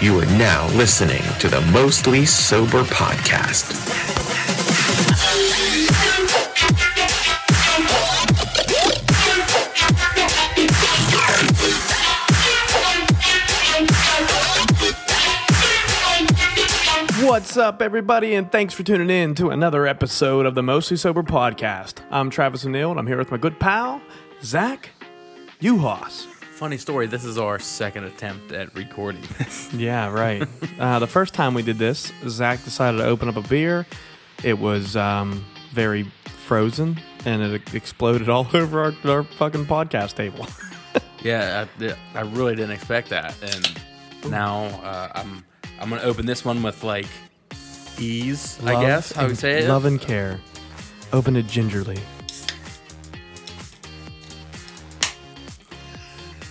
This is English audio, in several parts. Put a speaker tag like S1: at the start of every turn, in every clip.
S1: You are now listening to the Mostly Sober Podcast.
S2: What's up, everybody, and thanks for tuning in to another episode of the Mostly Sober Podcast. I'm Travis O'Neill, and I'm here with my good pal, Zach Uhas.
S3: Funny story, this is our second attempt at recording this.
S2: Yeah, right. uh, the first time we did this, Zach decided to open up a beer. It was um, very frozen, and it exploded all over our, our fucking podcast table.
S3: yeah, I, I really didn't expect that. And now uh, I'm I'm going to open this one with like ease, I
S2: Love
S3: guess, I
S2: and-
S3: would say. it.
S2: Love and care. Open it gingerly.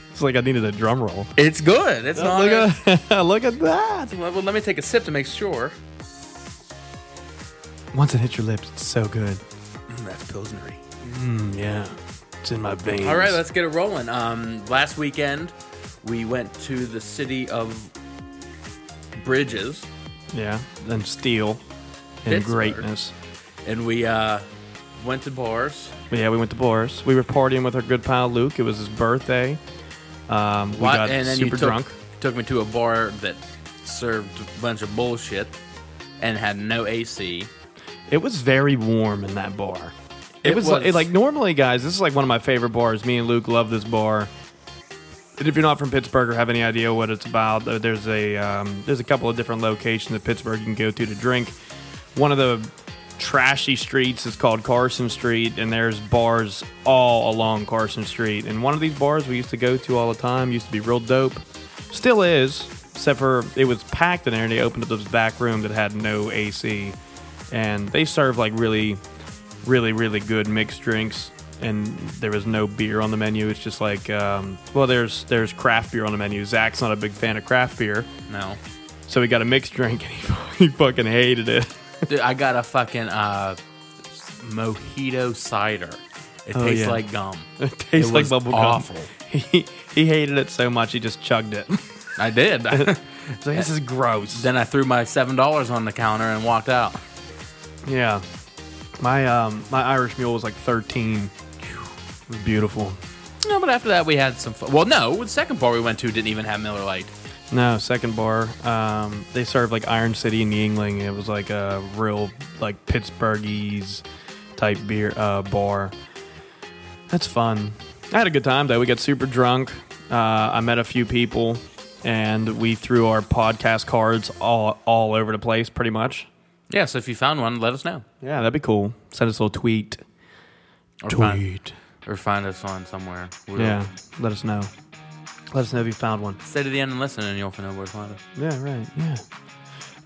S2: It's like I needed a drum roll.
S3: It's good. It's not.
S2: Look
S3: a-
S2: at, look at that.
S3: well, let me take a sip to make sure.
S2: Once it hits your lips, it's so good.
S3: Mm, that's Pilsnery.
S2: Mm, yeah. It's in my veins.
S3: All right, let's get it rolling. Um, last weekend, we went to the city of Bridges.
S2: Yeah. And steel and
S3: Pittsburgh.
S2: greatness.
S3: and we uh, went to bars.
S2: But yeah, we went to Boris. We were partying with our good pal Luke. It was his birthday. Um, we
S3: Lot-
S2: got
S3: and then you
S2: super
S3: took,
S2: drunk.
S3: Took me to a bar that served a bunch of bullshit and had no AC.
S2: It was very warm in that bar. It,
S3: It
S2: was, like-
S3: was.
S2: like normally, guys. This is like one of my favorite bars. Me and Luke love this bar. And if you're not from Pittsburgh or have any idea what it's about, uh, there's a um, there's a couple of different locations in Pittsburgh you can go to to drink. One of the trashy streets is called Carson Street, and there's bars all along Carson Street. And one of these bars we used to go to all the time used to be real dope, still is, except for it was packed in there, and they opened up this back room that had no AC, and they serve like really, really, really good mixed drinks. And there was no beer on the menu. It's just like, um, well, there's there's craft beer on the menu. Zach's not a big fan of craft beer,
S3: No.
S2: so he got a mixed drink and he, he fucking hated it.
S3: Dude, I got a fucking uh, mojito cider. It
S2: Oh,
S3: tastes
S2: yeah.
S3: like gum.
S2: It tastes
S3: It
S2: like
S3: was
S2: bubble gum.
S3: awful.
S2: He, he hated it so much he just chugged it. It's
S3: I did.
S2: like, this is gross.
S3: then I threw my seven dollars on the counter and walked out.
S2: yeah, my um my Irish mule was like 13. It was beautiful.
S3: No, but after that we had some. Fun. Well, no, the second bar we went to didn't even have Miller Lite.
S2: No, second bar. Um, they served like Iron City and Yingling. It was like a real like Pittsburghese type beer uh, bar. That's fun. I had a good time though. We got super drunk. Uh, I met a few people, and we threw our podcast cards all all over the place, pretty much.
S3: Yeah, so if you found one, let us know.
S2: Yeah, that'd be cool. Send us a little tweet.
S3: Or find, or find us on somewhere. We'll
S2: Yeah, let us know. Let us know if you found one.
S3: Stay to the end and listen, and you'll know where to find us.
S2: Yeah, right. Yeah.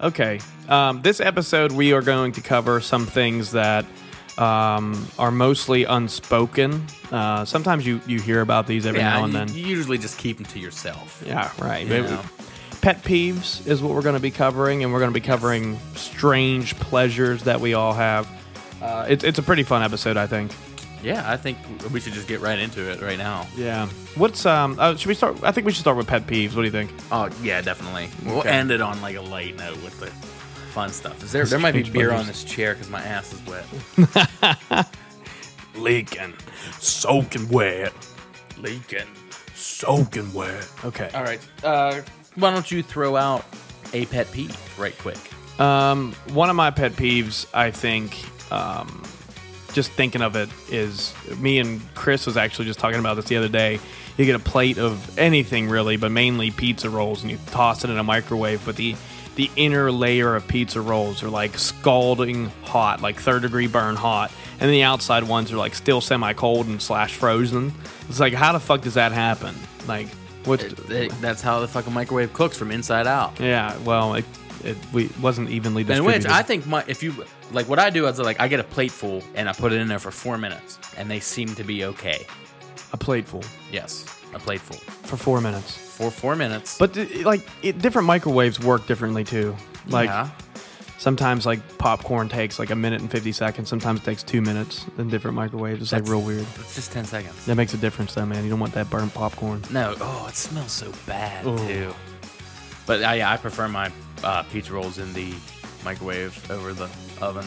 S2: Okay. Um, this episode, we are going to cover some things that um, are mostly unspoken. Uh, sometimes you, you hear about these every now and
S3: you,
S2: then.
S3: you usually just keep them to yourself.
S2: yeah, right.
S3: You
S2: Maybe-
S3: know.
S2: Pet peeves is what we're going to be covering, and we're going to be covering strange pleasures that we all have. Uh, it's, it's a pretty fun episode, I think.
S3: Yeah, I think we should just get right into it right now.
S2: Yeah. What's um? Uh, should we start? I think we should start with pet peeves. What do you think?
S3: Oh yeah, definitely. We'll
S2: Okay.
S3: end it on like a light note with the fun stuff. Is there there might be
S2: Strange
S3: beer
S2: buggers.
S3: on this chair because my ass is wet.
S2: Leaking, soaking wet,
S3: Leaking.
S2: soaking wet. Okay.
S3: All right. Uh, why don't you throw out a pet peeve right quick?
S2: Um, one of my pet peeves, I think, um, just thinking of it is me and Chris was actually just talking about this the other day. You get a plate of anything really, but mainly pizza rolls, and you toss it in a microwave. But the the inner layer of pizza rolls are like scalding hot, like third degree burn hot, and the outside ones are like still semi cold and slash frozen. It's like how the fuck does that happen? Like what?
S3: It- it- Uh, that's how the fucking microwave cooks from inside out.
S2: yeah, well, it, it we wasn't evenly
S3: In
S2: distributed.
S3: which I think my if you like what I do is like I get a plateful and I put it in there for four minutes and they seem to be okay.
S2: a plateful.
S3: Yes, a plateful
S2: for four minutes.
S3: for four minutes.
S2: But th- like it, different microwaves work differently too. Like
S3: yeah,
S2: sometimes like popcorn takes like a minute and fifty seconds. Sometimes it takes two minutes in different microwaves. It's like
S3: That's-
S2: real weird.
S3: it's just ten seconds.
S2: That makes a difference though, man. You don't want that burnt popcorn.
S3: No, oh, it smells so bad
S2: Ooh.
S3: too. But I, I prefer my uh, pizza rolls in the microwave over the oven.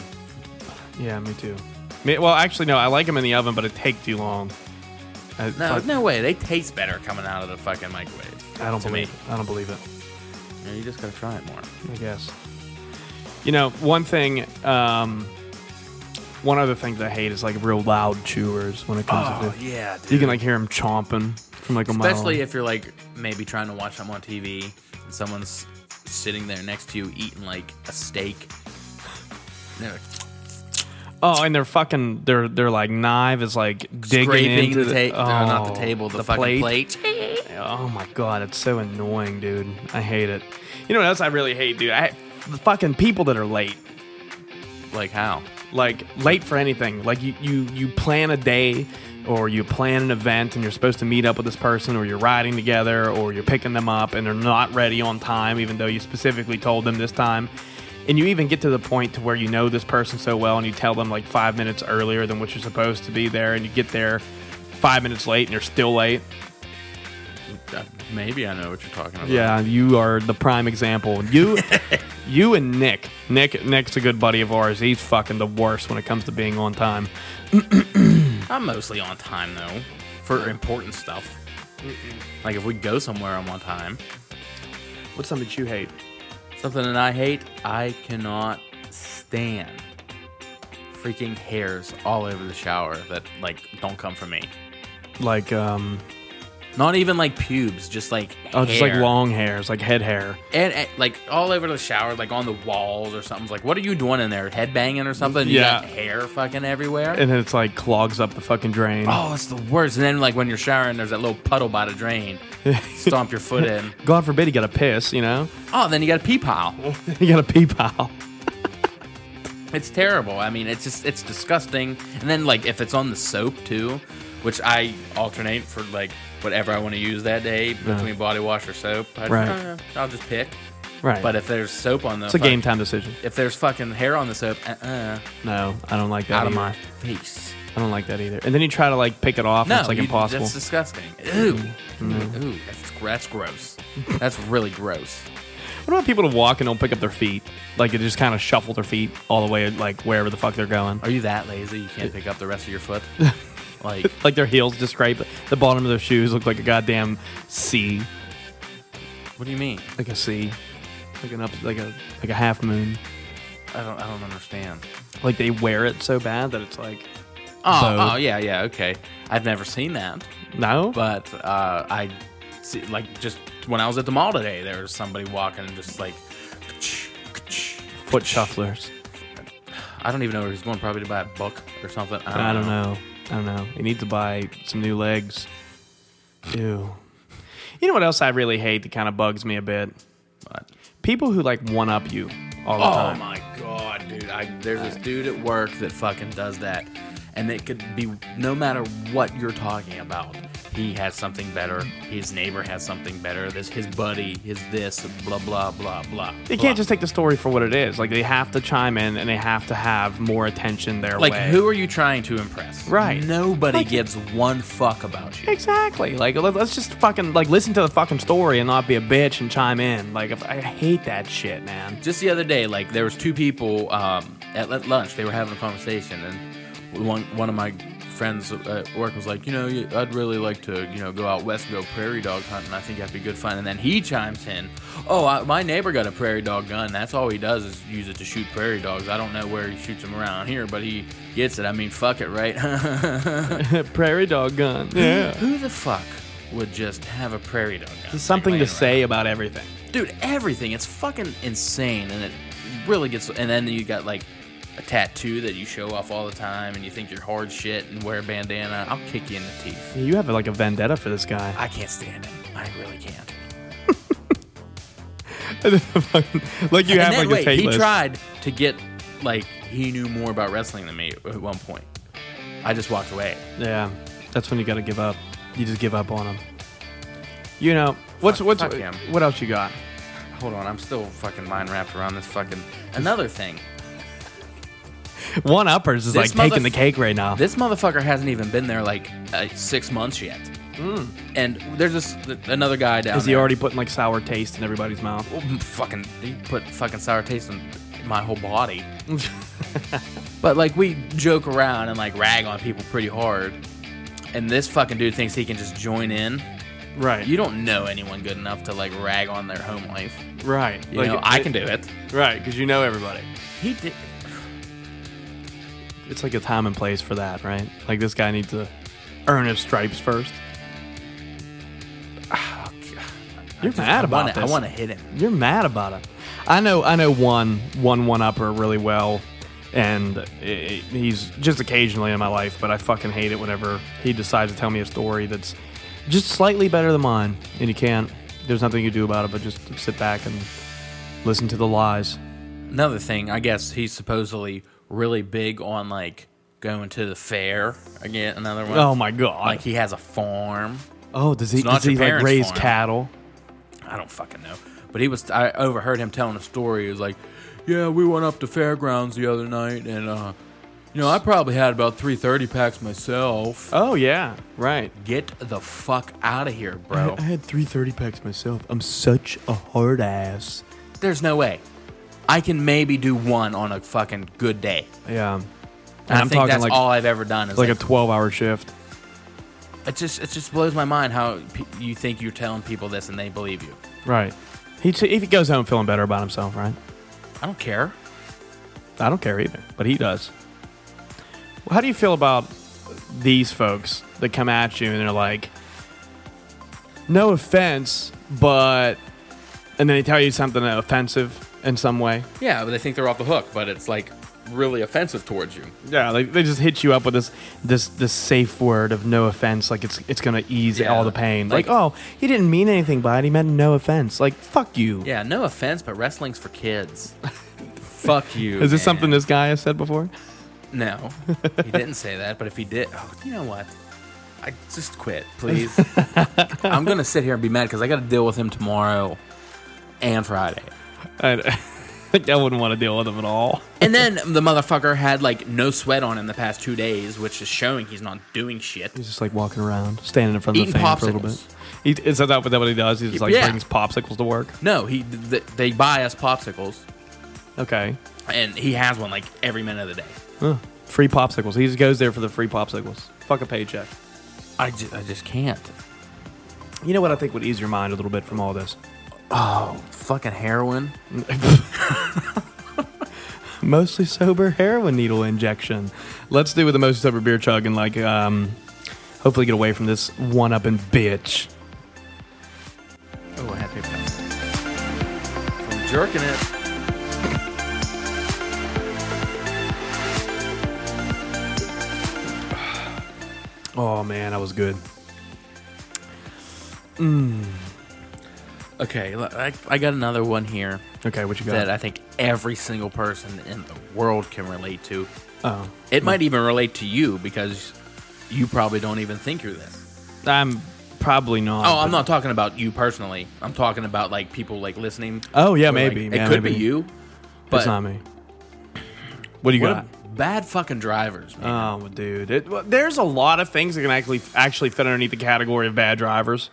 S2: Yeah, me too. Me- Well, actually, no. I like them in the oven, but it take too long. I,
S3: No,
S2: fuck,
S3: no way. They taste better coming out of the fucking microwave.
S2: I don't
S3: to
S2: believe.
S3: me.
S2: It. I don't believe it.
S3: Yeah, you just gotta try it more.
S2: I guess. You know, one thing. Um, one other thing that I hate is like real loud chewers when it comes to food.
S3: Oh, yeah,
S2: You can like hear them chomping from like a mile.
S3: especially if you're like maybe trying to watch something on TV and someone's sitting there next to you eating like a steak. And they're
S2: Oh, and their fucking their their like knive is like digging
S3: scraping
S2: into
S3: the table,
S2: oh,
S3: not the table, the, fucking plate.
S2: Oh my god, it's so annoying, dude. I hate it. You know what else I really hate, dude? I the fucking people that are late.
S3: Like how?
S2: Like late for anything. Like you you you plan a day or you plan an event and you're supposed to meet up with this person or you're riding together or you're picking them up and they're not ready on time even though you specifically told them this time. And you even get to the point to where you know this person so well and you tell them like 5 minutes earlier than what you're supposed to be there and you get there 5 minutes late and you're still late.
S3: Uh, Maybe I know what you're talking about.
S2: Yeah, you are the prime example. You, you and Nick. Nick, Nick's a good buddy of ours. He's fucking the worst when it comes to being on time.
S3: I'm mostly on time though for important stuff. Like if we go somewhere, I'm on time.
S2: What's something that you hate?
S3: Something that I hate, I cannot stand freaking hairs all over the shower that like don't come from me.
S2: Like, um,
S3: Not even like pubes, just like
S2: oh, just like
S3: hair.
S2: long hairs, like head hair.
S3: and, and, like all over the shower, like on the walls or something. It's Like, what are you doing in there? Headbanging or something? You
S2: Yeah.
S3: got hair fucking everywhere.
S2: And then it's like clogs up the fucking drain.
S3: oh, it's the worst. And then like when you're showering, there's that little puddle by the drain. Stomp your foot in.
S2: God forbid you got a piss, you know?
S3: Oh, then you got a pee pile.
S2: you got a pee pile.
S3: It's terrible. I mean, it's just it's disgusting. And then like if it's on the soap too, which I alternate for like whatever I want to use that day between body wash or soap. I,
S2: Right.
S3: uh, I'll just pick.
S2: Right.
S3: But if there's soap on the,
S2: it's a game
S3: fuck-
S2: time decision.
S3: If there's fucking hair on the soap, uh-uh,
S2: No, I don't like that.
S3: out of
S2: either.
S3: my face.
S2: I don't like that either. And then you try to like pick it off, and it's like
S3: you-
S2: impossible. Mm-hmm.
S3: That's disgusting. Ooh, ooh, that's, that's gross. That's really gross.
S2: What about people to walk and don't pick up their feet? Like they just kind of shuffle their feet all the way, like wherever the fuck they're going.
S3: Are you that lazy? You can't pick up the rest of your foot. Like,
S2: Like their heels just scrape the bottom of their shoes. Look like a goddamn C,
S3: what do you mean?
S2: like a C, like an up, like a like a half moon.
S3: I don't, I don't understand.
S2: Like they wear it so bad that it's like
S3: Oh,
S2: So-
S3: oh, yeah, yeah, okay. I've never seen that,
S2: no.
S3: but uh, I see, like, just when I was at the mall today, there was somebody walking and just like,
S2: Foot shufflers.
S3: I don't even know where he's going. Probably to buy a book or something. I don't,
S2: I don't know. I don't know. You need to buy some new legs. Ew. You know what else I really hate that kind of bugs me a bit?
S3: What?
S2: People who like one up you all the
S3: Oh
S2: time.
S3: my god, dude! I, there's this dude at work that fucking does that, and it could be no matter what you're talking about. He has something better. His neighbor has something better. This his buddy, his this, blah blah blah blah.
S2: They
S3: blah.
S2: can't just take the story for what it is. Like they have to chime in and they have to have more attention their
S3: like
S2: way.
S3: who are you trying to impress?
S2: Right.
S3: Nobody
S2: Like-
S3: gives one fuck about you.
S2: Exactly. Like let- let's just fucking like listen to the fucking story and not be a bitch and chime in. Like if, I hate that shit, man.
S3: Just the other day, like there was two people um, at at lunch. They were having a conversation, and one one of my friends at work was like, you know, you- I'd really like to, you know, go out west and go prairie dog hunting. I think that'd be good fun. And then he chimes in, oh, I, my neighbor got a prairie dog gun. That's all he does is use it to shoot prairie dogs. I don't know where he shoots them around here, but he gets it. I mean, fuck it, right?
S2: Prairie dog gun. Yeah.
S3: Who the fuck would just have a prairie dog gun?
S2: Something
S3: laying
S2: to
S3: around?
S2: say about everything.
S3: dude everything it's fucking insane and it really gets and then you got like a tattoo that you show off all the time and you think you're hard shit and wear a bandana i'll kick you in the teeth
S2: You have like a vendetta for this guy.
S3: i can't stand him i really can't
S2: like you
S3: and
S2: have
S3: then,
S2: like a
S3: wait,
S2: take
S3: he
S2: list.
S3: tried to get like he knew more about wrestling than me at one point i just walked away
S2: Yeah, that's when you got to give up. You just give up on them. You know what's what's
S3: fuck him.
S2: what else you got?
S3: hold on i'm still fucking mind wrapped around this fucking another thing
S2: One uppers is
S3: This
S2: like taking
S3: motherf-
S2: the cake right now.
S3: this motherfucker hasn't even been there like uh, six months yet And there's this another guy down
S2: Is Hmm. he
S3: there.
S2: already putting like sour taste in everybody's mouth?
S3: Well, m- fucking, he put fucking sour taste in my whole body. but like, we joke around and like rag on people pretty hard. And this fucking dude thinks he can just join in.
S2: Right.
S3: You don't know anyone good enough to like rag on their home life.
S2: right.
S3: You know, I can do it.
S2: Right, because you know everybody.
S3: He did.
S2: It's like a time and place for that, right? Like this guy needs to earn his stripes first. You're mad
S3: Oh, I
S2: about
S3: wanna,
S2: this.
S3: I want to hit him.
S2: You're mad about it. I know. I know one one one upper really well, and i i- he's just occasionally in my life. But I fucking hate it whenever he decides to tell me a story that's just slightly better than mine, and you can't. There's nothing you do about it, but just sit back and listen to the lies.
S3: Another thing, I guess he's supposedly really big on like going to the fair. Again, another one.
S2: Oh my god!
S3: Like he has a farm.
S2: oh, does he
S3: It's not
S2: does he
S3: your
S2: like
S3: parents'
S2: raise
S3: farm.
S2: cattle?
S3: I don't fucking know. But he was. I overheard him telling a story. He was like, "Yeah, we went up to fairgrounds the other night, and uh, you know, I probably had about three thirty packs myself.
S2: Oh yeah, right.
S3: Get the fuck out of here, bro.
S2: had three thirty packs myself. I'm such a hard ass.
S3: There's no way. I can maybe do one on a fucking good day.
S2: Yeah, and
S3: And i
S2: I'm
S3: think
S2: talking
S3: that's
S2: like
S3: all I've ever done. Is
S2: like
S3: like,
S2: a twelve hour shift.
S3: it just it just blows my mind how pe- you think you're telling people this and they believe you.
S2: Right. He t- if he goes home feeling better about himself, right?
S3: I don't care.
S2: I don't care either, but he does. Well, how do you feel about these folks that come at you and they're like, "No offense, but," and then they tell you something offensive in some way?
S3: Yeah, but they think they're off the hook, but it's like really offensive towards you.
S2: Yeah, like they just hit you up with this this this safe word of no offense, like it's it's gonna ease
S3: Yeah.
S2: all the pain. Like,
S3: Like-
S2: oh, he didn't mean anything by it. He meant no offense. Like, fuck you.
S3: Yeah, no offense, but wrestling's for kids. Fuck you.
S2: Is this
S3: man.
S2: something this guy has said before?
S3: No, he didn't say that. But if he did, oh, you know what? I just quit, please. I'm gonna sit here and be mad because I got to deal with him tomorrow and Friday.
S2: I, I wouldn't want to deal with him at all.
S3: And then the motherfucker had like no sweat on him the past two days, which is showing he's not doing shit.
S2: He's just like walking around, standing in front of the
S3: Eating
S2: fan for a little bit.
S3: popsicles.
S2: He, is that what that what he does? He just like
S3: Yeah.
S2: brings popsicles to work.
S3: No, he th- they buy us popsicles,
S2: Okay,
S3: and he has one like every minute of the day.
S2: Huh. free popsicles. He just goes there for the free popsicles. Fuck a paycheck.
S3: I just, I just can't.
S2: You know what I think would ease your mind a little bit from all this?
S3: Fucking heroin.
S2: Mostly sober heroin needle injection. Let's do with the mostly sober beer chug and like um, hopefully get away from this one up and bitch.
S3: Oh, I had paper towels. I'm jerking it.
S2: Oh man, I was good.
S3: Okay, l- I, I got another one here
S2: Okay, what you
S3: that
S2: got?
S3: I think every single person in the world can relate to.
S2: oh,
S3: It might even relate to you because you probably don't even think you're this.
S2: I'm probably not.
S3: Oh, I'm
S2: but-
S3: not talking about you personally. I'm talking about like people like listening.
S2: Oh yeah,
S3: Or, like,
S2: maybe.
S3: it
S2: yeah,
S3: could
S2: maybe.
S3: be you. But
S2: it's not me. What do you
S3: what
S2: got?
S3: a- bad fucking drivers, man.
S2: Oh, dude, it, well, there's a lot of things that can actually actually fit underneath the category of bad drivers.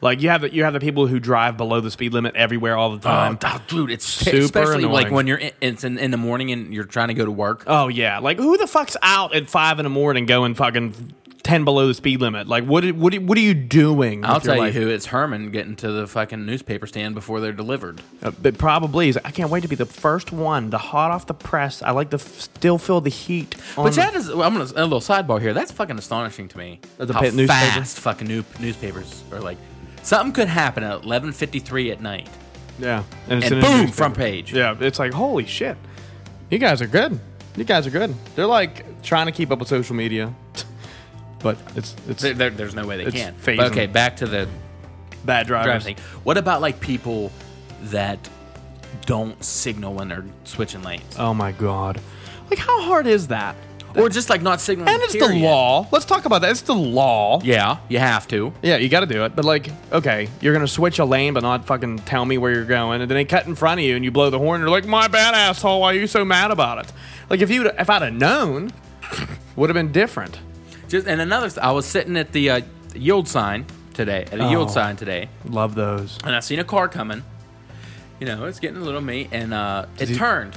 S2: Like you have the, you have the people who drive below the speed limit everywhere all the
S3: Oh,
S2: time.
S3: d- dude, it's
S2: Super
S3: especially like
S2: annoying.
S3: when you're in, it's in, in the morning and you're trying to go to work.
S2: Oh yeah, like who the fuck's out at five in the morning going fucking ten below the speed limit? Like what what what are you doing?
S3: I'll
S2: with your
S3: tell you
S2: life?
S3: who. It's Herman getting to the fucking newspaper stand before they're delivered.
S2: Uh, but probably is. I can't wait to be the first one, the hot off the press. I like to f- still feel the heat. On
S3: Which
S2: the-
S3: that is, well, I'm gonna a little sidebar here. That's fucking astonishing to me.
S2: Uh, the
S3: how
S2: pit newspaper?
S3: fast fucking new, newspapers are like. Something could happen at 11:53 at night,
S2: yeah, and, it's
S3: and
S2: in a
S3: boom,
S2: newspaper.
S3: front page.
S2: Yeah, it's like holy shit. You guys are good. You guys are good. They're like trying to keep up with social media, but it's it's
S3: There, there- there's no way they
S2: It's
S3: can.
S2: phasing.
S3: But okay, back to the
S2: bad drivers.
S3: driving thing. What about like people that don't signal when they're switching lanes,
S2: Oh my god! Like how hard is that?
S3: or just like not signaling?
S2: Uh, And it's the
S3: period?
S2: law. Let's talk about that. It's the law.
S3: Yeah, you have to.
S2: Yeah, you got to do it. But like, okay, you're gonna switch a lane, but not fucking tell me where you're going, and then they cut in front of you, and you blow the horn. You're like, my bad asshole. Why are you so mad about it? Like if you if I'd have known, would have been different.
S3: Just and another, th- I was sitting at the uh, yield sign today at a yield
S2: Oh.
S3: sign today,
S2: Love those.
S3: and I seen a car coming. You know, it's getting a little meat, and uh, it
S2: he-
S3: turned.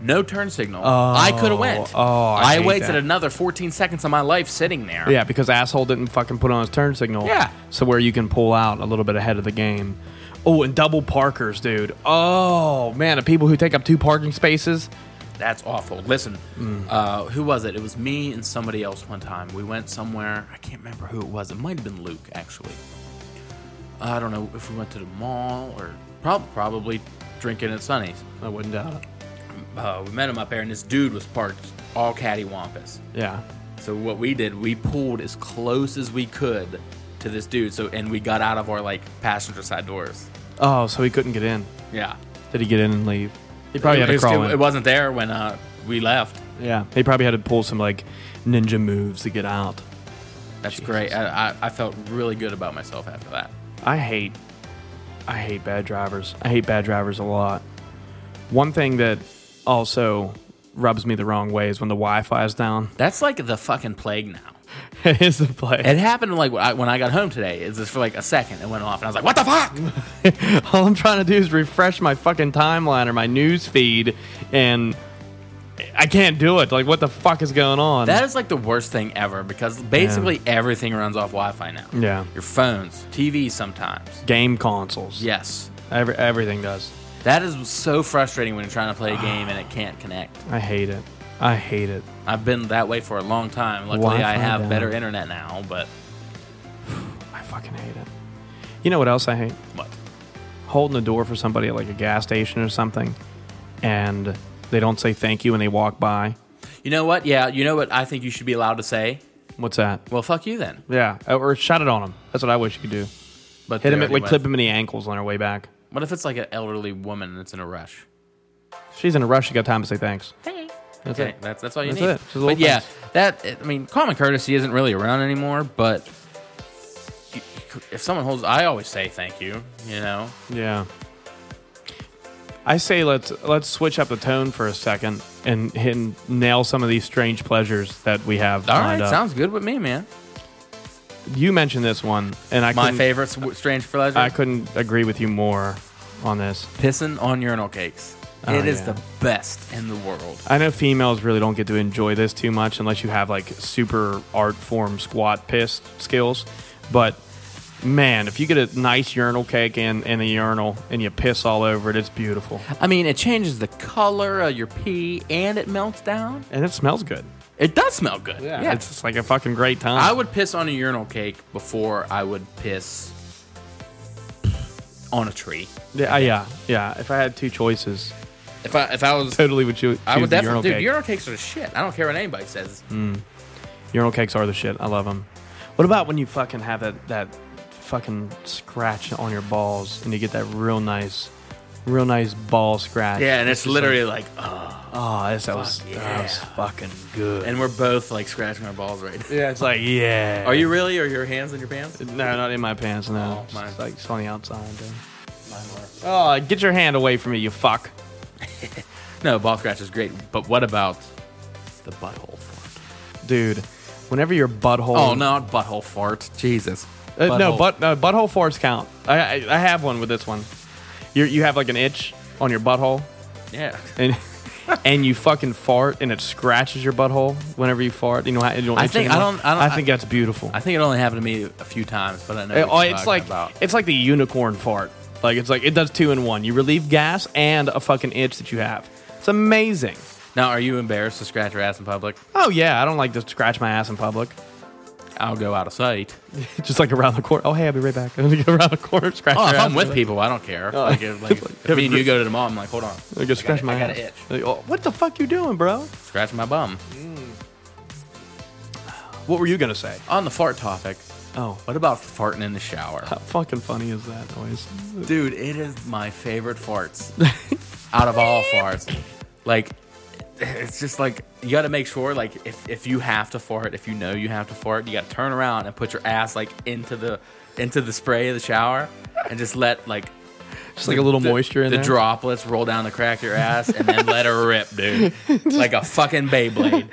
S3: No turn signal. I could have went.
S2: oh, I hate
S3: wasted
S2: that.
S3: another 14 seconds of my life sitting there.
S2: Yeah, because asshole didn't fucking put on his turn signal.
S3: Yeah.
S2: So where you can pull out a little bit ahead of the game. Oh, and double parkers, dude. Oh man, the people who take up two parking spaces.
S3: That's awful. Listen,
S2: Mm.
S3: uh, who was it? It was me and somebody else one time. We went somewhere. I can't remember who it was. It might have been Luke, actually. I don't know if we went to the mall or prob- probably drinking at Sunny's.
S2: I wouldn't doubt it.
S3: Uh, we met him up there, and this dude was parked all cattywampus.
S2: Yeah.
S3: So what we did, we pulled as close as we could to this dude. So and we got out of our like passenger side doors.
S2: Oh, so he couldn't get in.
S3: Yeah,
S2: Did he get in and leave? He probably
S3: it,
S2: had to
S3: was-
S2: crawl
S3: it,
S2: in.
S3: it wasn't there when uh, we left.
S2: yeah, he probably had to pull some like ninja moves to get out.
S3: That's great. I, I, I felt really good about myself after that.
S2: I hate I hate bad drivers. I hate bad drivers a lot. One thing that also rubs me the wrong way is when the Wi-Fi is down.
S3: That's like the fucking plague now.
S2: it is the play.
S3: It happened like when I, when I got home today. It's just for like a second. It went off, and I was like, "What the fuck?"
S2: All I'm trying to do is refresh my fucking timeline or my news feed, and I can't do it. Like, what the fuck is going on?
S3: that is like the worst thing ever because basically everything runs off Wi-Fi now.
S2: yeah,
S3: Your phones, TVs, sometimes.
S2: game consoles.
S3: Yes,
S2: Every, everything does.
S3: that is so frustrating when you're trying to play
S2: Ah.
S3: a game and it can't connect.
S2: I hate it. I hate it.
S3: I've been that way for a long time. Luckily, I
S2: Wi-Fi
S3: have
S2: down.
S3: better internet now. But
S2: I fucking hate it. You know what else I hate?
S3: what?
S2: Holding the door for somebody at like a gas station or something, and they don't say thank you when they walk by.
S3: You know what? Yeah, you know what? I think you should be allowed to say.
S2: What's that?
S3: Well, fuck you then.
S2: Yeah, or shut it on them. That's what I wish you could do.
S3: But
S2: Hit
S3: they
S2: him, at,
S3: already
S2: like
S3: went.
S2: clip him in the ankles on our way back.
S3: What if it's like an elderly woman that's in a rush?
S2: She's in a rush. She got time to say thanks. That's
S3: Okay,
S2: it.
S3: that's that's all you
S2: That's
S3: need.
S2: it. Just little
S3: But yeah,
S2: things.
S3: that I mean, common courtesy isn't really around anymore. But you- you- if someone holds, I always say thank you. You know,
S2: Yeah. I say let's let's switch up the tone for a second and, and nail some of these strange pleasures that we have.
S3: all right,
S2: lined up.
S3: sounds good with me, man.
S2: You mentioned this one, and I
S3: My
S2: couldn't-
S3: favorite sw- strange pleasure:
S2: I couldn't agree with you more on this.
S3: pissing on urinal cakes.
S2: Oh,
S3: it is
S2: yeah.
S3: the best in the world.
S2: I know females really don't get to enjoy this too much unless you have like super art form squat piss skills, but man, if you get a nice urinal cake in in a urinal and you piss all over it, it's beautiful
S3: I mean, it changes the color of your pee, and it melts down.
S2: and it smells good.
S3: It does smell good.
S2: it's just like a fucking great time.
S3: I would piss on a urinal cake before I would piss on a tree.
S2: Yeah, uh, yeah, yeah. If I had two choices,
S3: If I if I was
S2: totally would choo- choose.
S3: I would
S2: the
S3: definitely,
S2: urinal
S3: dude.
S2: cake.
S3: Urinal cakes are the shit. I don't care what anybody says.
S2: Urinal cakes are the shit. I love them. What about when you fucking have that that fucking scratch on your balls and you get that real nice, real nice ball scratch?
S3: Yeah, and it's
S2: just
S3: literally like, ugh.
S2: like, oh, this, that was that was
S3: yeah.
S2: fucking good.
S3: and we're both like scratching our balls right. now.
S2: yeah, it's like yeah.
S3: Are you really? Are your hands in your pants?
S2: No, not in my pants. No,
S3: Oh, mine.
S2: Just, like it's on the outside. Dude. Oh, get your hand away from me, you fuck.
S3: No, ball scratch is great, but what about the butthole fart?
S2: Dude, whenever your butthole.
S3: Oh, not butthole fart. Jesus.
S2: Uh, no,
S3: Butthole.
S2: but uh, butthole farts count. I, I I have one with this one. You you have like an itch on your butthole,
S3: yeah.
S2: and and you fucking fart, and it scratches your butthole whenever you fart. You know, how- you don't
S3: I
S2: itch
S3: think- I
S2: anymore.
S3: don't- I don't-
S2: think that's beautiful.
S3: I think it only happened to me a few times, but I know.
S2: It-
S3: what you're
S2: it's
S3: talking
S2: like
S3: about.
S2: it's like the unicorn fart. Like it's like it does two in one. You relieve gas and a fucking itch that you have. It's amazing.
S3: Now, are you embarrassed to scratch your ass in public?
S2: Oh yeah, I don't like to scratch my ass in public.
S3: I'll go out of sight.
S2: Just like around the corner. Oh hey, I'll be right back. I'm gonna go around the corner, scratch.
S3: Oh,
S2: your
S3: if
S2: ass
S3: I'm with
S2: Like-
S3: people, I don't care. Like, if, like, if me and you go to the mall, I'm like, hold on,
S2: I go scratch
S3: I
S2: my
S3: got
S2: ass.
S3: an itch.
S2: Like, oh, what the fuck you doing, bro?
S3: scratch my bum.
S2: What were you gonna say?
S3: On the fart topic,
S2: Oh,
S3: what about farting in the shower?
S2: how fucking funny is that noise?
S3: Dude, it is my favorite farts out of all farts. Like, it's just like you got to make sure. Like, if, if you have to fart, if you know you have to fart, you got to turn around and put your ass like into the into the spray of the shower, and just let like
S2: Just like a little
S3: the-
S2: moisture in
S3: the
S2: there.
S3: droplets roll down the crack of your ass, and then let her rip, dude, like a fucking Beyblade.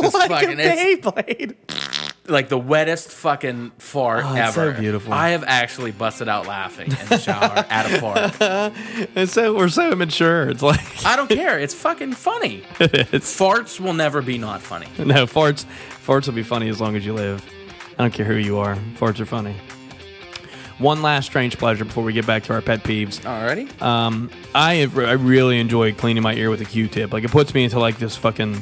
S3: Just
S2: Like a
S3: fucking- it's-
S2: Beyblade.
S3: like the wettest fucking fart
S2: Oh, it's so
S3: ever.
S2: beautiful.
S3: I have actually busted out laughing in the shower at a park.
S2: And so we're so immature. It's like
S3: I don't care. It's fucking funny.
S2: it's
S3: Farts will never be not funny.
S2: no farts. Farts will be funny as long as you live. I don't care who you are. Farts are funny. One last strange pleasure before we get back to our pet peeves.
S3: Alrighty.
S2: Um, I have, I really enjoy cleaning my ear with a Q-tip. Like it puts me into like this fucking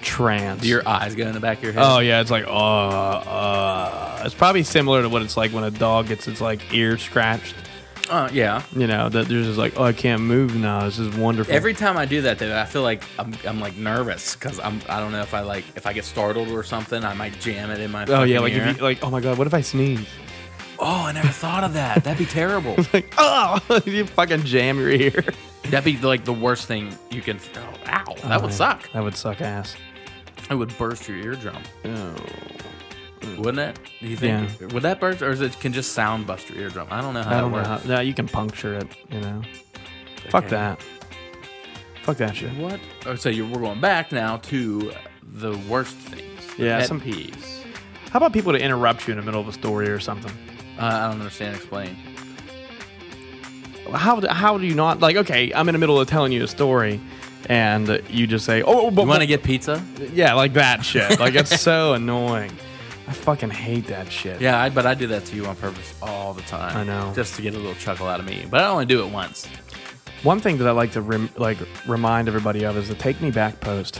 S2: trance.
S3: Your eyes go in the back of your head.
S2: Oh yeah, it's like uh uh. It's probably similar to what it's like when a dog gets its like ear scratched.
S3: Uh, yeah.
S2: You know that there's just like oh I can't move now. This is wonderful.
S3: Every time I do that, though, I feel like I'm, I'm like nervous because I'm I don't know if I like if I get startled or something, I might jam it in my.
S2: oh yeah,
S3: fucking
S2: like
S3: ear.
S2: if you, like oh my god, what if I sneeze?
S3: oh, I never thought of that. That'd be terrible.
S2: Like oh, you fucking jam your ear.
S3: That'd be like the worst thing you can. Oh, ow, that would suck.
S2: That would suck ass.
S3: It would burst your eardrum. Wouldn't it? Do you think?
S2: Yeah.
S3: Would that burst, or is it can just sound bust your eardrum? I don't know how
S2: I
S3: that
S2: don't know
S3: works.
S2: how. No, you can puncture it. You know. Fuck
S3: Okay.
S2: that. Fuck that shit.
S3: What? Oh, so you, we're going back now to the worst things. the
S2: Yeah,
S3: pet
S2: some-
S3: peeves.
S2: How about people to interrupt you in the middle of a story or something?
S3: Uh, I don't understand. Explain.
S2: How do, how do you not like? Okay, I'm in the middle of telling you a story, and you just say, "Oh, but
S3: You want to get pizza?
S2: yeah, like that shit. Like it's so annoying. I fucking hate that shit.
S3: Yeah, I, but I do that to you on purpose all the time.
S2: I know.
S3: Just to get a little chuckle out of me. But I only do it once.
S2: One thing that I like to rem- like remind everybody of is the "Take Me Back" post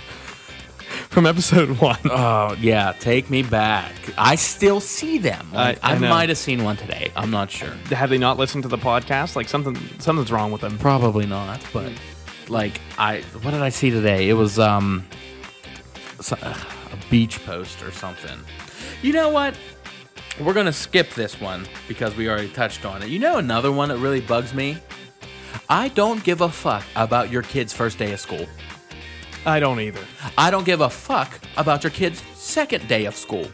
S2: from episode one. Uh,
S3: Oh, yeah. Take me back. I still see them. Like,
S2: I- I
S3: I,
S2: know.
S3: might have seen one today. I'm not sure.
S2: Have they not listened to the podcast? Like something something's wrong with them.
S3: Um, Probably not, but like I what did I see today? It was um so- uh, a beach post or something. You know what? We're going to skip this one because we already touched on it. You know another one that really bugs me? I don't give a fuck about your kid's first day of school.
S2: I don't either.
S3: I don't give a fuck about your kid's second day of school.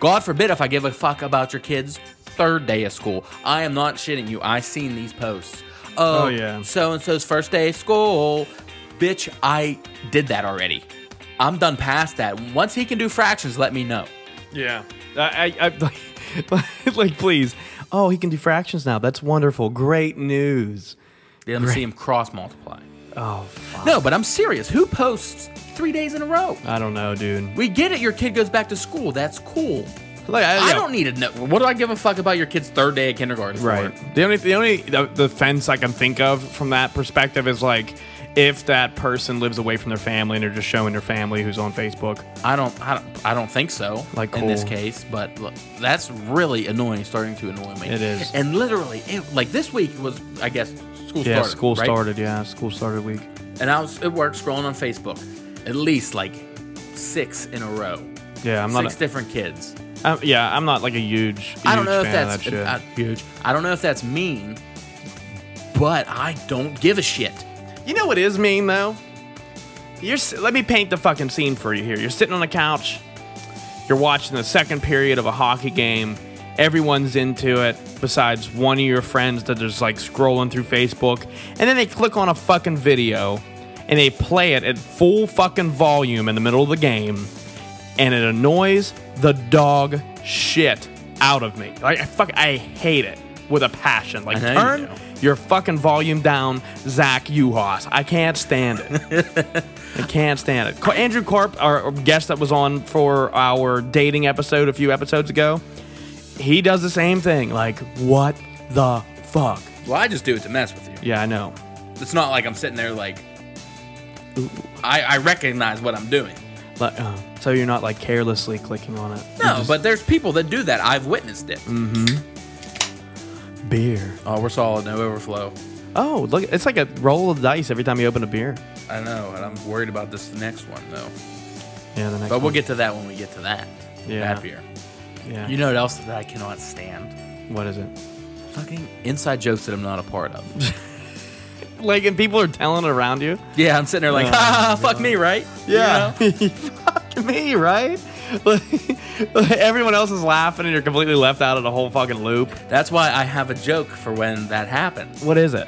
S3: God forbid if I give a fuck about your kid's third day of school. I am not shitting you. I seen these posts. Oh,
S2: Oh, yeah.
S3: So and so's first day of school. Bitch, I did that already. I'm done past that. Once he can do fractions, let me know.
S2: Yeah. I, I, I like, like please. Oh, he can do fractions now. That's wonderful. Great news.
S3: Let me see him cross multiply.
S2: Oh, fuck.
S3: No, but I'm serious. Who posts three days in a row?
S2: I don't know, dude.
S3: We get it. Your kid goes back to school. That's cool.
S2: Like,
S3: I
S2: Oh, yeah.
S3: don't e-, need to know. What do I give a fuck about your kid's third day of kindergarten? for?
S2: Right. The only the only the, the fence I can think of from that perspective is like if that person lives away from their family and they're just showing their family who's on Facebook.
S3: I don't, I don't, I don't think so.
S2: Like,
S3: in this
S2: cool.
S3: case, but look, that's really annoying. Starting to annoy me.
S2: It is.
S3: and literally, it, like this week was, I guess, school
S2: Yeah,
S3: started.
S2: school
S3: right?
S2: started. Yeah, school started week.
S3: and I was at work scrolling on Facebook, at least like six in a row,
S2: Yeah, I'm
S3: six
S2: not. A,
S3: different kids.
S2: I'm, yeah, I'm not like a huge.
S3: I don't
S2: huge
S3: know if
S2: fan of
S3: that's
S2: that shit.
S3: uh, huge. I don't know if that's mean, but I don't give a shit.
S2: you know what is mean though. You're. s- Let me paint the fucking scene for you here. You're sitting on a couch. You're watching the second period of a hockey game. Everyone's into it, besides one of your friends that is like scrolling through Facebook. And then they click on a fucking video and they play it at full fucking volume in the middle of the game. And it annoys the dog shit out of me. Like, I fuck, I hate it with a passion. Like,
S3: I know you
S2: turn your fucking volume down, Zach Uhas. I can't stand it. I can't stand it. Ca- Andrew Karp, our guest that was on for our dating episode a few episodes ago, he does the same thing. Like, what the fuck?
S3: Well, I just do it to mess with you.
S2: Yeah, I know.
S3: It's not like I'm sitting there like, I, I recognize what I'm doing.
S2: Like, uh, so you're not like carelessly clicking on it.
S3: No, but there's people that do that. I've witnessed it.
S2: Beer.
S3: Mm, Oh, we're solid. No overflow.
S2: Oh, look, it's like a roll of dice every time you open a beer.
S3: I know, and I'm worried about this next one though.
S2: Yeah, the next.
S3: But we'll
S2: one.
S3: get to that when we get to that.
S2: Yeah.
S3: That beer.
S2: Yeah.
S3: You know what else that I cannot stand?
S2: what is it?
S3: Fucking inside jokes that I'm not a part of.
S2: Like, and people are telling it around you.
S3: yeah, I'm sitting there like, ha, ha, fuck me, right?
S2: Yeah. Fuck me, right? Everyone else is laughing, and you're completely left out of the whole fucking loop.
S3: You know? That's why I have a joke for when that happens.
S2: What is it?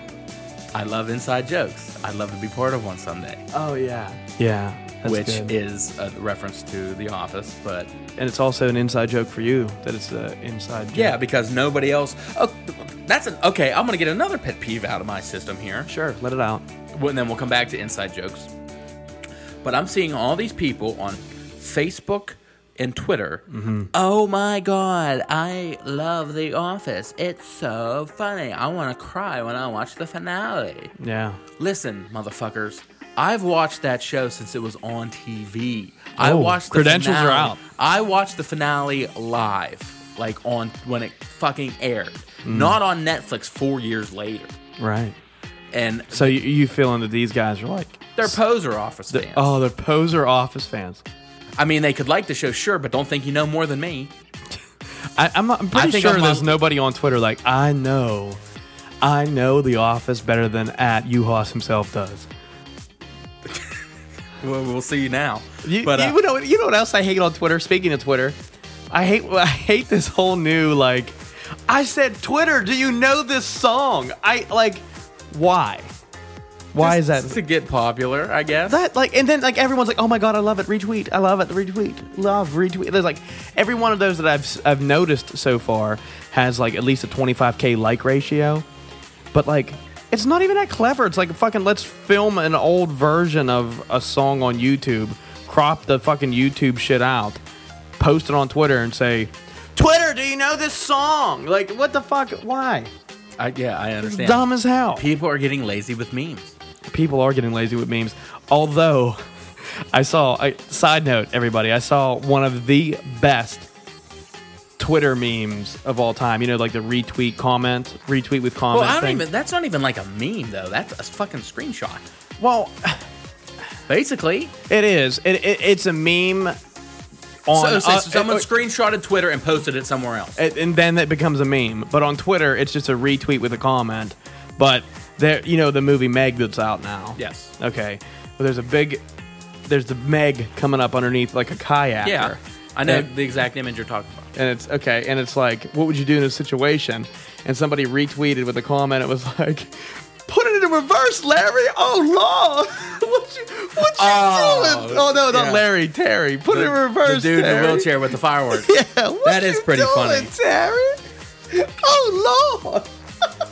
S3: I love inside jokes. I'd love to be part of one someday.
S2: Oh yeah. Yeah.
S3: which
S2: good.
S3: is a reference to The Office, but
S2: And it's also an inside joke for you that it's the inside joke.
S3: yeah, because nobody else. Oh, that's an okay. I'm gonna get another pet peeve out of my system here.
S2: Sure, let it out.
S3: Well, and then we'll come back to inside jokes. But I'm seeing all these people on Facebook and Twitter.
S2: Mm-hmm.
S3: Oh my God, I love The Office. It's so funny. I want to cry when I watch the finale.
S2: Yeah.
S3: Listen, motherfuckers, I've watched that show since it was on TV. I
S2: Oh,
S3: watched the
S2: credentials are
S3: finale.
S2: out.
S3: I watched the finale live, like on when it fucking aired,
S2: Mm.
S3: not on Netflix four years later.
S2: Right.
S3: And
S2: So you, you feeling that these guys are like,
S3: they're poser office fans.
S2: oh, they're poser office fans.
S3: I mean, they could like the show, sure, but don't think you know more than me.
S2: I, I'm, I'm pretty
S3: I think
S2: sure
S3: I'm
S2: there's
S3: on-
S2: nobody on Twitter like, I know, I know The Office better than at Uhas himself does.
S3: Well, we'll see now.
S2: You,
S3: but uh,
S2: you know, you know what else I hate on Twitter? Speaking of Twitter, I hate I hate this whole new like. I said Twitter. Do you know this song? I like. Why? Why is
S3: just
S2: that?
S3: to get popular? I guess.
S2: That like, and then like everyone's like, oh my god, I love it. Retweet. I love it. Retweet. Love retweet. There's like every one of those that I've s- I've noticed so far has like at least a 25k like ratio, but like. It's not even that clever. It's like fucking let's film an old version of a song on YouTube, crop the fucking YouTube shit out, post it on Twitter and say, Twitter, do you know this song? Like, what the fuck? Why?
S3: I, yeah, I understand.
S2: Dumb as hell.
S3: People are getting lazy with memes.
S2: people are getting lazy with memes. Although, I saw a side note, everybody. I saw one of the best Twitter memes of all time. You know, like the retweet comment, retweet with comment.
S3: Well, I don't
S2: thing.
S3: even. That's not even like a meme though. That's a fucking screenshot.
S2: Well,
S3: Basically,
S2: it is. It, it, it's a meme on
S3: so, so
S2: uh,
S3: someone
S2: uh,
S3: screenshotted Twitter and posted it somewhere else.
S2: and- and then it becomes a meme. But on Twitter, it's just a retweet with a comment. But there, you know, the movie Meg that's out now.
S3: Yes.
S2: Okay. Well, there's a big, there's the Meg coming up underneath like a kayak.
S3: Yeah, I know
S2: And-
S3: the exact image you're talking about.
S2: and it's okay and it's like what would you do in a situation and somebody retweeted with a comment it was like put it in reverse larry oh lord what you what you
S3: Oh,
S2: doing oh no not
S3: yeah.
S2: larry terry put it in reverse
S3: the dude in
S2: terry.
S3: the wheelchair with the fireworks.
S2: yeah, what
S3: That is
S2: you
S3: pretty
S2: doing,
S3: funny.
S2: terry oh lord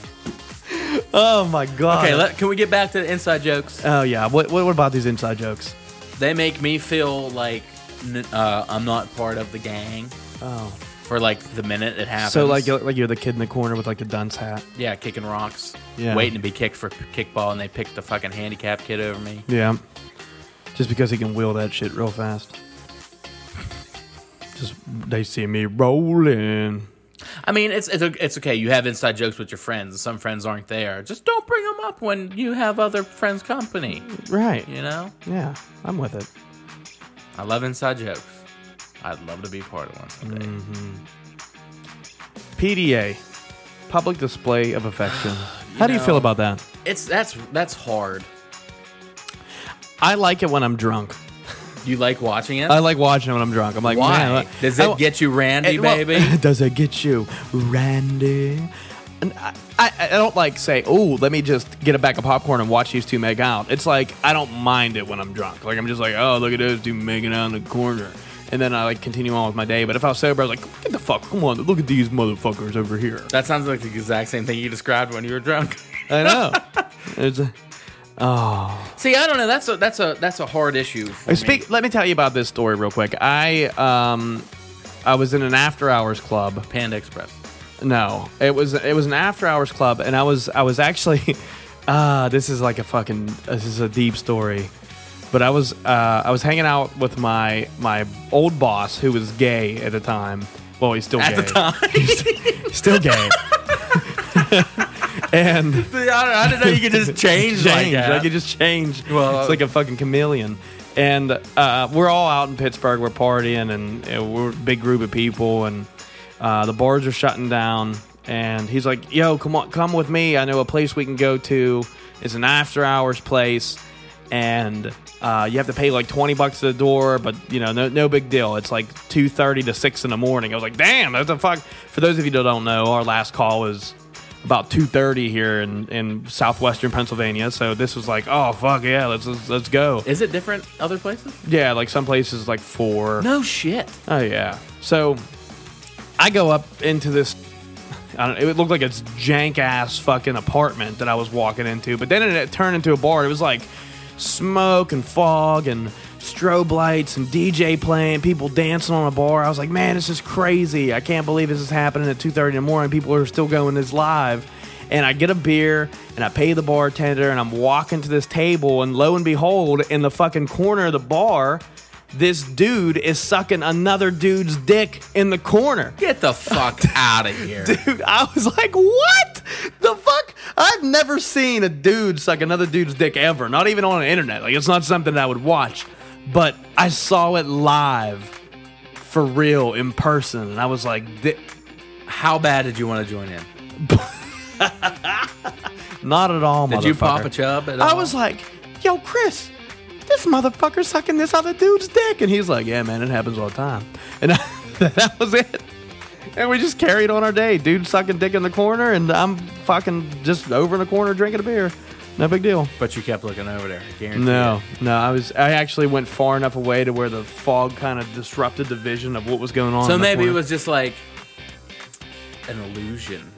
S2: oh my god
S3: Okay, let, can we get back to the inside jokes?
S2: oh yeah what, what, what about these inside jokes
S3: They make me feel like n- uh, I'm not part of the gang
S2: oh
S3: for like the minute it happens.
S2: so like you're, like you're the kid in the corner with like the dunce hat
S3: yeah, kicking rocks,
S2: Yeah.
S3: waiting to be kicked for kickball, and they picked the fucking handicap kid over me.
S2: Yeah. Just because he can wheel that shit real fast. Just they see me rolling.
S3: I mean, it's it's, it's okay. You have inside jokes with your friends. Some friends aren't there. Just don't bring them up when you have other friends' company.
S2: Right.
S3: You know,
S2: Yeah, I'm with it.
S3: I love inside jokes. I'd love to be part of one someday.
S2: Mm-hmm. PDA, public display of affection. How do you
S3: know-
S2: feel about that?
S3: It's that's that's hard.
S2: I like it when I'm drunk.
S3: You like watching it?
S2: I like watching it when I'm drunk. I'm like,
S3: Why
S2: man, I-
S3: does
S2: I-
S3: it get you, Randy,
S2: it- well,
S3: baby?
S2: does it get you, Randy? And I, I, I don't like say, oh, let me just get a bag of popcorn and watch these two make out. It's like I don't mind it when I'm drunk. Like I'm just like, oh, look at those two making out in the corner, and then I like continue on with my day. But if I was sober, I was like, get the fuck, come on, look at these motherfuckers over here.
S3: that sounds like the exact same thing you described when you were drunk.
S2: I know. It's a-
S3: See, I don't know. That's a that's a that's a hard issue. For
S2: I
S3: me.
S2: Speak. Let me tell you about this story real quick. I um, I was in an after hours club.
S3: Panda Express.
S2: No, it was it was an after hours club, and I was I was actually, uh, this is like a fucking this is a deep story, but I was uh, I was hanging out with my my old boss who was gay at the time. Well, he's still
S3: At
S2: gay.
S3: the time,
S2: still gay. and
S3: I, don't, I didn't know you could just change, like
S2: change.
S3: that.
S2: Like it just changed.
S3: Well,
S2: it's like a fucking chameleon. And uh, we're all out in Pittsburgh. We're partying, and uh, we're a big group of people. And uh, the bars are shutting down. And he's like, "Yo, come on, come with me. I know a place we can go to. It's an after hours place, and uh, you have to pay like twenty bucks at the door, but you know, no, no big deal. It's like two thirty to six in the morning. I was like, damn, that's a fuck. For those of you that don't know, our last call was about 2.30 here in, in southwestern pennsylvania so this was like oh fuck yeah let's let's, let's go
S3: Is it different other places?
S2: yeah like some places like four
S3: No shit.
S2: Oh yeah. So I go up into this. I don't, it looked like it's jank ass fucking apartment that I was walking into, but then it turned into a bar. It was like smoke and fog and strobe lights and DJ playing, people dancing on a bar. I was like, man, this is crazy. I can't believe this is happening at 2:30 in the morning. People are still going this live. And I get a beer and I pay the bartender and I'm walking to this table and lo and behold, in the fucking corner of the bar, this dude is sucking another dude's dick in the corner.
S3: Get the fuck out of here.
S2: Dude, I was like, what the fuck? I've never seen a dude suck another dude's dick ever, not even on the internet. Like, it's not something that I would watch. But I saw it live for real in person, and I was like, "Thi-
S3: How bad did you want to join in?
S2: not at all,
S3: Did you pop
S2: motherfucker."
S3: a chub? At
S2: I
S3: all?
S2: was like, yo, Chris, this motherfucker sucking this other dude's dick. And he's like, yeah, man, it happens all the time. And that was it. And we just carried on our day. Dude sucking dick in the corner, and I'm fucking just over in the corner drinking a beer. No big deal.
S3: But you kept looking over there. I guarantee
S2: No,
S3: it.
S2: no, I was. I actually went far enough away to where the fog kind of disrupted the vision of what was going on.
S3: So
S2: in the
S3: maybe it
S2: corner.
S3: was just like an illusion.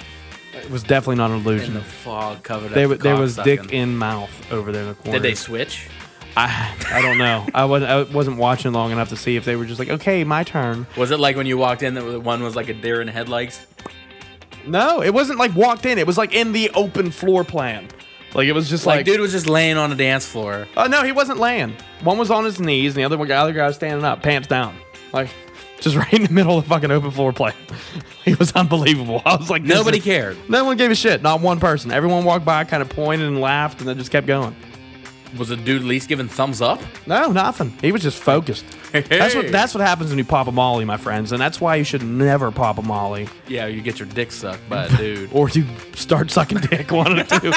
S2: It was definitely not an
S3: And the
S2: illusion.
S3: fog covered up.
S2: They,
S3: the
S2: w- there
S3: cock
S2: was dick
S3: sucking.
S2: in mouth over there in the corner.
S3: Did they switch?
S2: I, I don't know. I wasn't I wasn't watching long enough to see if they were just like, okay, my turn.
S3: Was it like when you walked in that one was like a deer in headlights?
S2: No, it wasn't like walked in. It was like in the open floor plan. Like it was just
S3: Like,
S2: like,
S3: dude was just laying on a dance floor.
S2: Oh no, he wasn't laying. One was on his knees, and the other one, the other guy was standing up, pants down, like just right in the middle of the fucking open floor plan. it was unbelievable. I was like, this
S3: Nobody
S2: is-
S3: cared.
S2: No one gave a shit. Not one person. Everyone walked by, kind of pointed and laughed, and then just kept going.
S3: Was the dude at least giving thumbs up?
S2: No, nothing. He was just focused. That's
S3: Hey.
S2: what that's what happens when you pop a molly, my friends, and that's why you should never pop a molly.
S3: Yeah, you get your dick sucked by a dude.
S2: or to start sucking dick. One of the two.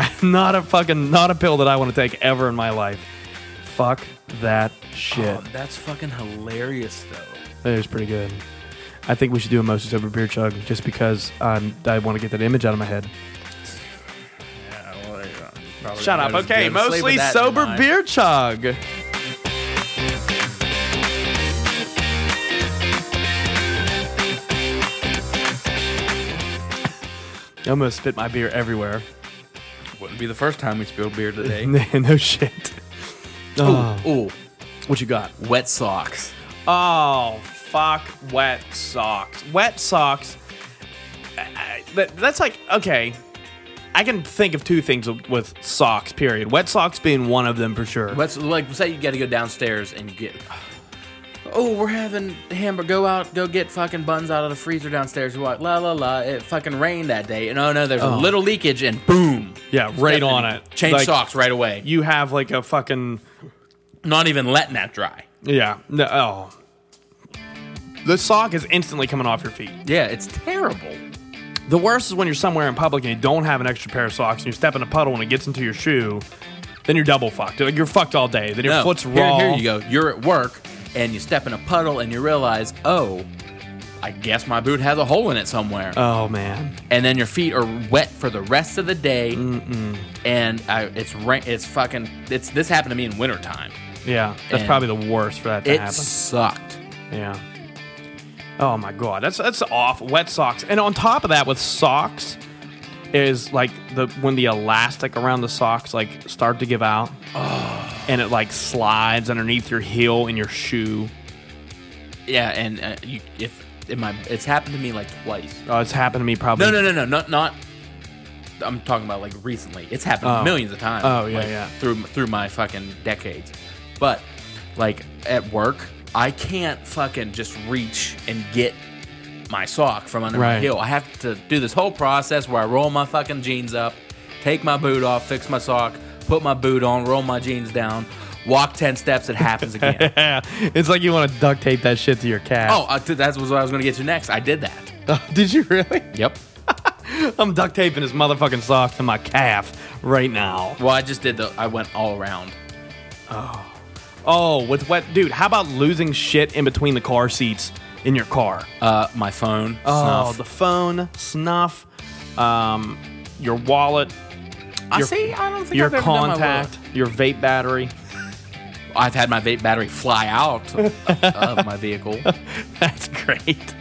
S2: It's not a fucking not a pill that I want to take ever in my life. Fuck that shit.
S3: Oh, that's fucking hilarious though.
S2: That is pretty good. I think we should do a mostly sober beer chug just because um, I want to get that image out of my head. Shut up. Okay, mostly sober beer chug. I almost spit my beer everywhere.
S3: Wouldn't be the first time we spilled beer today.
S2: no shit. Oh,
S3: Ooh,
S2: what you got?
S3: wet socks.
S2: Oh, fuck wet socks. Wet socks. I- I- that- that's like, okay. I can think of two things with- with socks, period. Wet socks being one of them for sure.
S3: Wet, like say you got to go downstairs and get. Oh, we're having hamburger. Go out, go get fucking buns out of the freezer downstairs. What? La la la. It fucking rained that day, and oh no, there's a little leakage, and boom.
S2: Yeah, right on it.
S3: Change
S2: Like,
S3: socks right away.
S2: You have like a fucking.
S3: Not even letting that dry.
S2: Yeah. No, oh. The sock is instantly coming off your feet.
S3: Yeah, it's terrible.
S2: The worst is when you're somewhere in public and you don't have an extra pair of socks and you step in a puddle and it gets into your shoe. Then you're double fucked. Like you're fucked all day. Then your
S3: No,
S2: foot's
S3: here-
S2: raw.
S3: Here, you go. You're at work and you step in a puddle and you realize, oh, I guess my boot has a hole in it somewhere.
S2: Oh man.
S3: and then your feet are wet for the rest of the day. And I, it's rain. It's fucking. It's this happened to me in wintertime.
S2: Yeah, that's
S3: And
S2: probably the worst for that to
S3: It
S2: happen.
S3: sucked.
S2: Yeah. Oh my god, that's that's off. Wet socks, and on top of that, with socks, is like the when the elastic around the socks like start to give out, and it like slides underneath your heel and your shoe.
S3: Yeah, and uh, you, if in my, it's happened to me like twice.
S2: Oh, it's happened to me probably.
S3: No, no, no, no, not not. I'm talking about like recently. It's happened
S2: Oh.
S3: millions of times.
S2: Oh, yeah,
S3: like,
S2: yeah.
S3: Through through my fucking decades, but like at work, I can't fucking just reach and get my sock from under my
S2: Right.
S3: heel. I have to do this whole process where I roll my fucking jeans up, take my boot off, fix my sock, put my boot on, roll my jeans down, walk ten steps. It happens again.
S2: Yeah, it's like you want to duct tape that shit to your calf.
S3: oh, I, that was what I was gonna get to next. I did that.
S2: did you really?
S3: Yep.
S2: I'm duct taping this motherfucking sock to my calf right now.
S3: Well, I just did the. I went all around.
S2: Oh, with wet, dude. How about losing shit in between the car seats in your car?
S3: Uh, my phone.
S2: Oh,
S3: snuff.
S2: the phone, snuff. um, your wallet,
S3: I
S2: Your-
S3: see. I don't think
S2: your
S3: I've ever done my
S2: contact, your vape battery.
S3: wallet. I've had my vape battery fly out of my vehicle.
S2: That's great.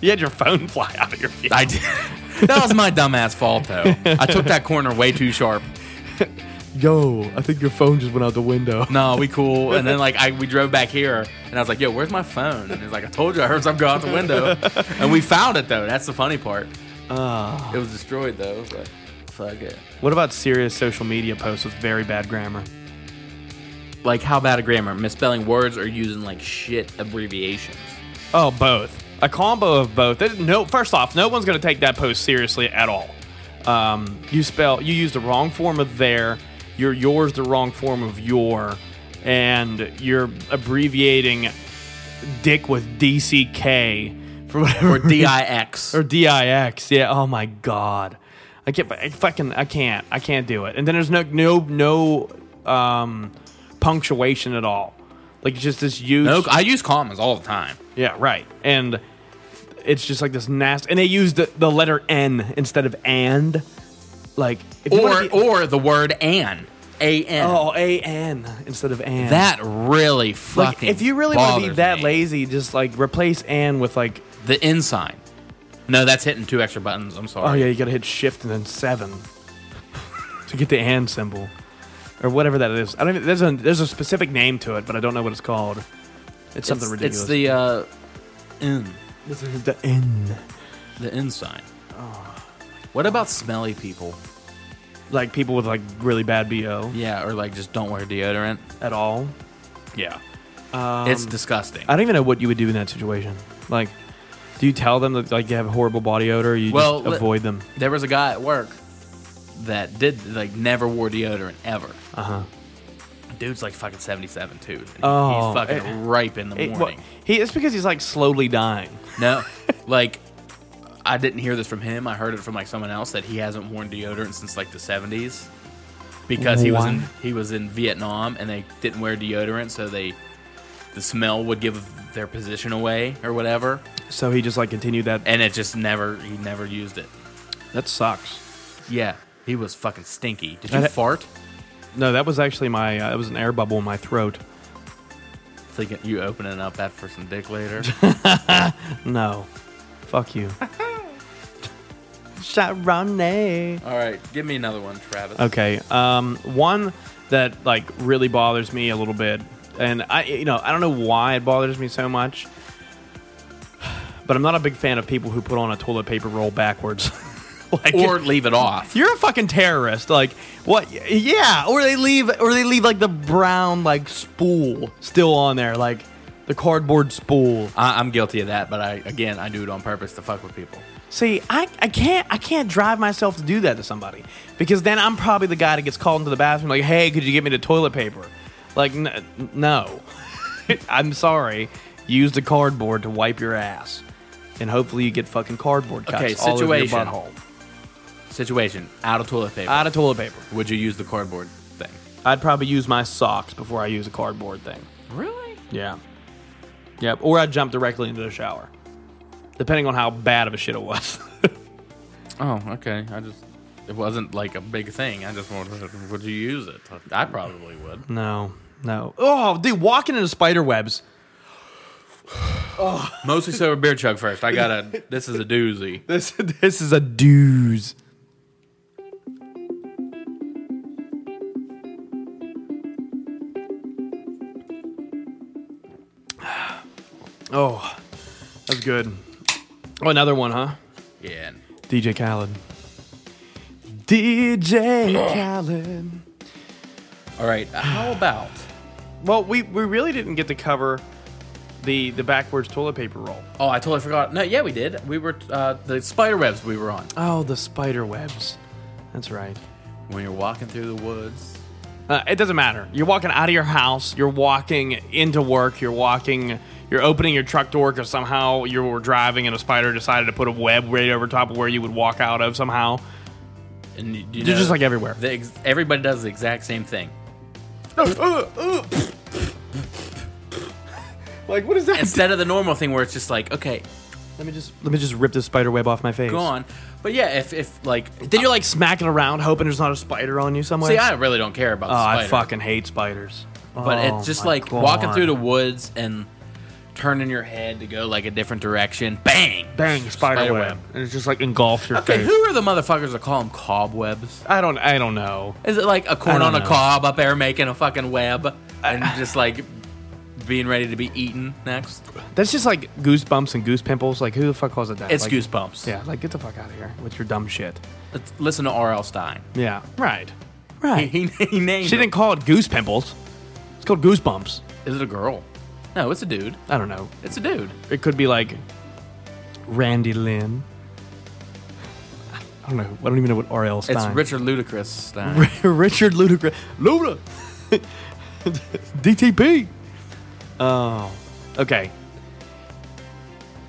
S2: You had your phone fly out of your vehicle.
S3: I did. That was my dumbass fault though. I took that corner way too sharp.
S2: Yo, I think your phone just went out the window.
S3: No, we cool. And then like I we drove back here and I was like, yo, where's my phone? And he's like, I told you I heard something go out the window. And we found it though. That's the funny part. It was destroyed though. But fuck it.
S2: What about serious social media posts with very bad grammar?
S3: Like how bad a grammar? Misspelling words or using like shit abbreviations.
S2: Oh, both. A combo of both. That- No, first off, no one's going to take that post seriously at all. Um, you spell, you use the wrong form of there. Your yours the wrong form of your, and you're abbreviating dick with DCK for whatever
S3: Or D I X.
S2: or DIX. Yeah. Oh my god. I can't. I fucking. I can't. I can't do it. And then there's no no no um, punctuation at all. Like it's just this huge.
S3: No, I use commas all the time.
S2: Yeah. Right. And it's just like this nasty. And they use the, the letter N instead of and. Like if you
S3: Or
S2: wanna be-
S3: or the word an. A N.
S2: oh a n instead of and.
S3: That really
S2: like
S3: fucking
S2: if you really want to be
S3: bothers
S2: that
S3: me.
S2: lazy, just like replace and with like
S3: The end sign. No, that's hitting two extra buttons. I'm sorry.
S2: Oh yeah, you gotta hit shift and then seven to get the and symbol, or whatever that is. I don't. Even, there's a there's a specific name to it, but I don't know what it's called. It's something
S3: it's,
S2: ridiculous.
S3: It's the uh, in
S2: This is the N.
S3: the in sign.
S2: Oh.
S3: What about smelly people?
S2: Like people with like really bad bo
S3: Yeah, or like just don't wear deodorant.
S2: at all.
S3: Yeah, it's disgusting.
S2: Um, I don't even know what you would do in that situation. Like, do you tell them that like you have a horrible body odor? Or you
S3: Well,
S2: just
S3: let-
S2: avoid them.
S3: there was a guy at work that did like never wore deodorant ever.
S2: Uh huh.
S3: Dude's like fucking seventy-seven too. Dude.
S2: Oh, eh,
S3: he's fucking
S2: it-
S3: ripe in the morning.
S2: he it's because he's like slowly dying.
S3: no, like. I didn't hear this from him. I heard it from like someone else that he hasn't worn deodorant since like the 70s because he was in
S2: What?
S3: he was in Vietnam and they didn't wear deodorant, so they the smell would give their position away or whatever,
S2: So he just like continued that.
S3: and it just never he never used it.
S2: That sucks.
S3: Yeah, he was fucking stinky. Did you
S2: And it-
S3: fart?
S2: No, that was actually my. Uh, it was an air bubble in my throat.
S3: Thinking you opening up that for some dick later?
S2: No. Fuck you. Sharonay.
S3: All right, give me another one, Travis.
S2: Okay. Um, one that like really bothers me a little bit, and I, you know, I don't know why it bothers me so much, but I'm not a big fan of people who put on a toilet paper roll backwards. like,
S3: Or leave it off.
S2: you're a fucking terrorist. Like what? Yeah. Or they leave, or they leave like the brown like spool still on there, like the cardboard spool.
S3: I, I'm guilty of that, but I again I do it on purpose to fuck with people.
S2: See, I, I can't I can't drive myself to do that to somebody because then I'm probably the guy that gets called into the bathroom like, "Hey, could you get me the toilet paper?" Like, n- n- no, I'm sorry. Use the cardboard to wipe your ass, and hopefully you get fucking cardboard cuts
S3: Okay,
S2: all over your
S3: situation.
S2: butthole.
S3: Situation out of toilet paper.
S2: Out of toilet paper,
S3: Would you use the cardboard thing?
S2: I'd probably use my socks before I use a cardboard thing.
S3: Really?
S2: Yeah, yep. Or I'd jump directly into the shower, depending on how bad of a shit it was.
S3: Oh, okay. I just it wasn't like a big thing. I just wanted would you use it? I probably would.
S2: no, no. Oh, dude, walking into spider webs.
S3: Mostly sober beer chug first. I gotta. This is a doozy.
S2: This this is a dooz. Oh, that's good. Oh, another one, huh?
S3: Yeah.
S2: DJ Khaled. DJ Khaled.
S3: All right. How about?
S2: Well, we, we really didn't get to cover the the backwards toilet paper roll.
S3: Oh, I totally forgot. No, yeah, we did. We were uh, the spider webs we were on.
S2: Oh, the spider webs. That's right.
S3: When you're walking through the woods.
S2: Uh, it doesn't matter. You're walking out of your house. You're walking into work. You're walking. You're opening your truck door because somehow you were driving and a spider decided to put a web right over top of where you would walk out of. Somehow,
S3: And you, you
S2: They're
S3: know,
S2: just, like, everywhere.
S3: the ex- everybody does the exact same thing.
S2: like what is that?
S3: Instead of the normal thing where it's just like, okay,
S2: Let me just let me just rip this spider web off my face.
S3: gone. But yeah, if if like
S2: Then you're like smacking around, hoping there's not a spider on you somewhere.
S3: see, I really don't care about.
S2: oh,
S3: the spider,
S2: I fucking hate spiders.
S3: But
S2: Oh
S3: it's just
S2: my
S3: like walking
S2: God.
S3: through the woods and turning your head to go like a different direction. Bang!
S2: bang spider,
S3: Spider
S2: web.
S3: web.
S2: and it's just like engulfs your
S3: Okay,
S2: face.
S3: who are the motherfuckers that call them cobwebs?
S2: I don't I don't know.
S3: Is it like a corn
S2: don't
S3: on a
S2: know.
S3: cob up there making a fucking web and just like being ready to be eaten next?
S2: That's just like goosebumps and goose pimples. Like who the fuck calls it that?
S3: It's
S2: Like-
S3: goosebumps.
S2: Yeah, like get the fuck out of here with your dumb shit.
S3: Let's listen to R.L. Stein.
S2: Yeah, right,
S3: He,
S2: right.
S3: he, he named.
S2: She didn't call it goose pimples. It's called goosebumps.
S3: Is it a girl? No, it's a dude.
S2: I don't know.
S3: It's a dude.
S2: It could be like Randy Lynn. I don't know. I don't even know what R.L. Stein.
S3: It's Richard Ludacris Stein.
S2: Richard Ludacris. Luda. DTP. Oh, okay.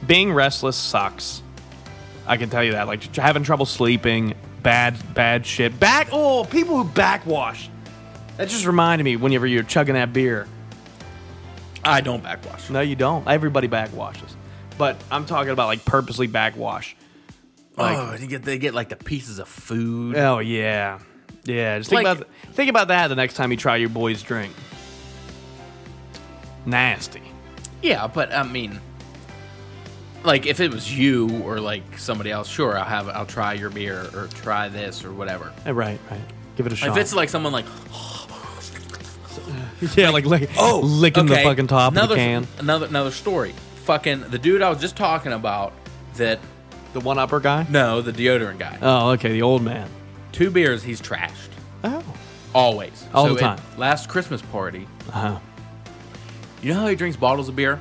S2: Being restless sucks. I can tell you that. Like tr- having trouble sleeping, bad, bad shit. Back. Oh, people who backwash. That just reminded me. Whenever you're chugging that beer,
S3: I don't backwash.
S2: no, you don't. Everybody backwashes, but I'm talking about like purposely backwash.
S3: oh, they get, they get like the pieces of food.
S2: Oh yeah, yeah. Just think
S3: Like-
S2: about th- think about that the next time you try your boy's drink. Nasty.
S3: Yeah, but I mean, like if it was you or like somebody else, sure, I'll have I'll try your beer or try this or whatever.
S2: Eh, Right, right. Give it a shot.
S3: If it's like someone like
S2: yeah, like, lick, oh, licking the
S3: okay,
S2: fucking top of the
S3: another
S2: can.
S3: another another story. Fucking the dude I was just talking about that
S2: The one upper guy.
S3: no the deodorant guy.
S2: Oh, okay. The old man.
S3: Two beers, he's trashed
S2: Oh.
S3: always
S2: All
S3: So
S2: the
S3: at
S2: time.
S3: last Christmas party,
S2: Uh huh.
S3: you know how he drinks bottles of beer.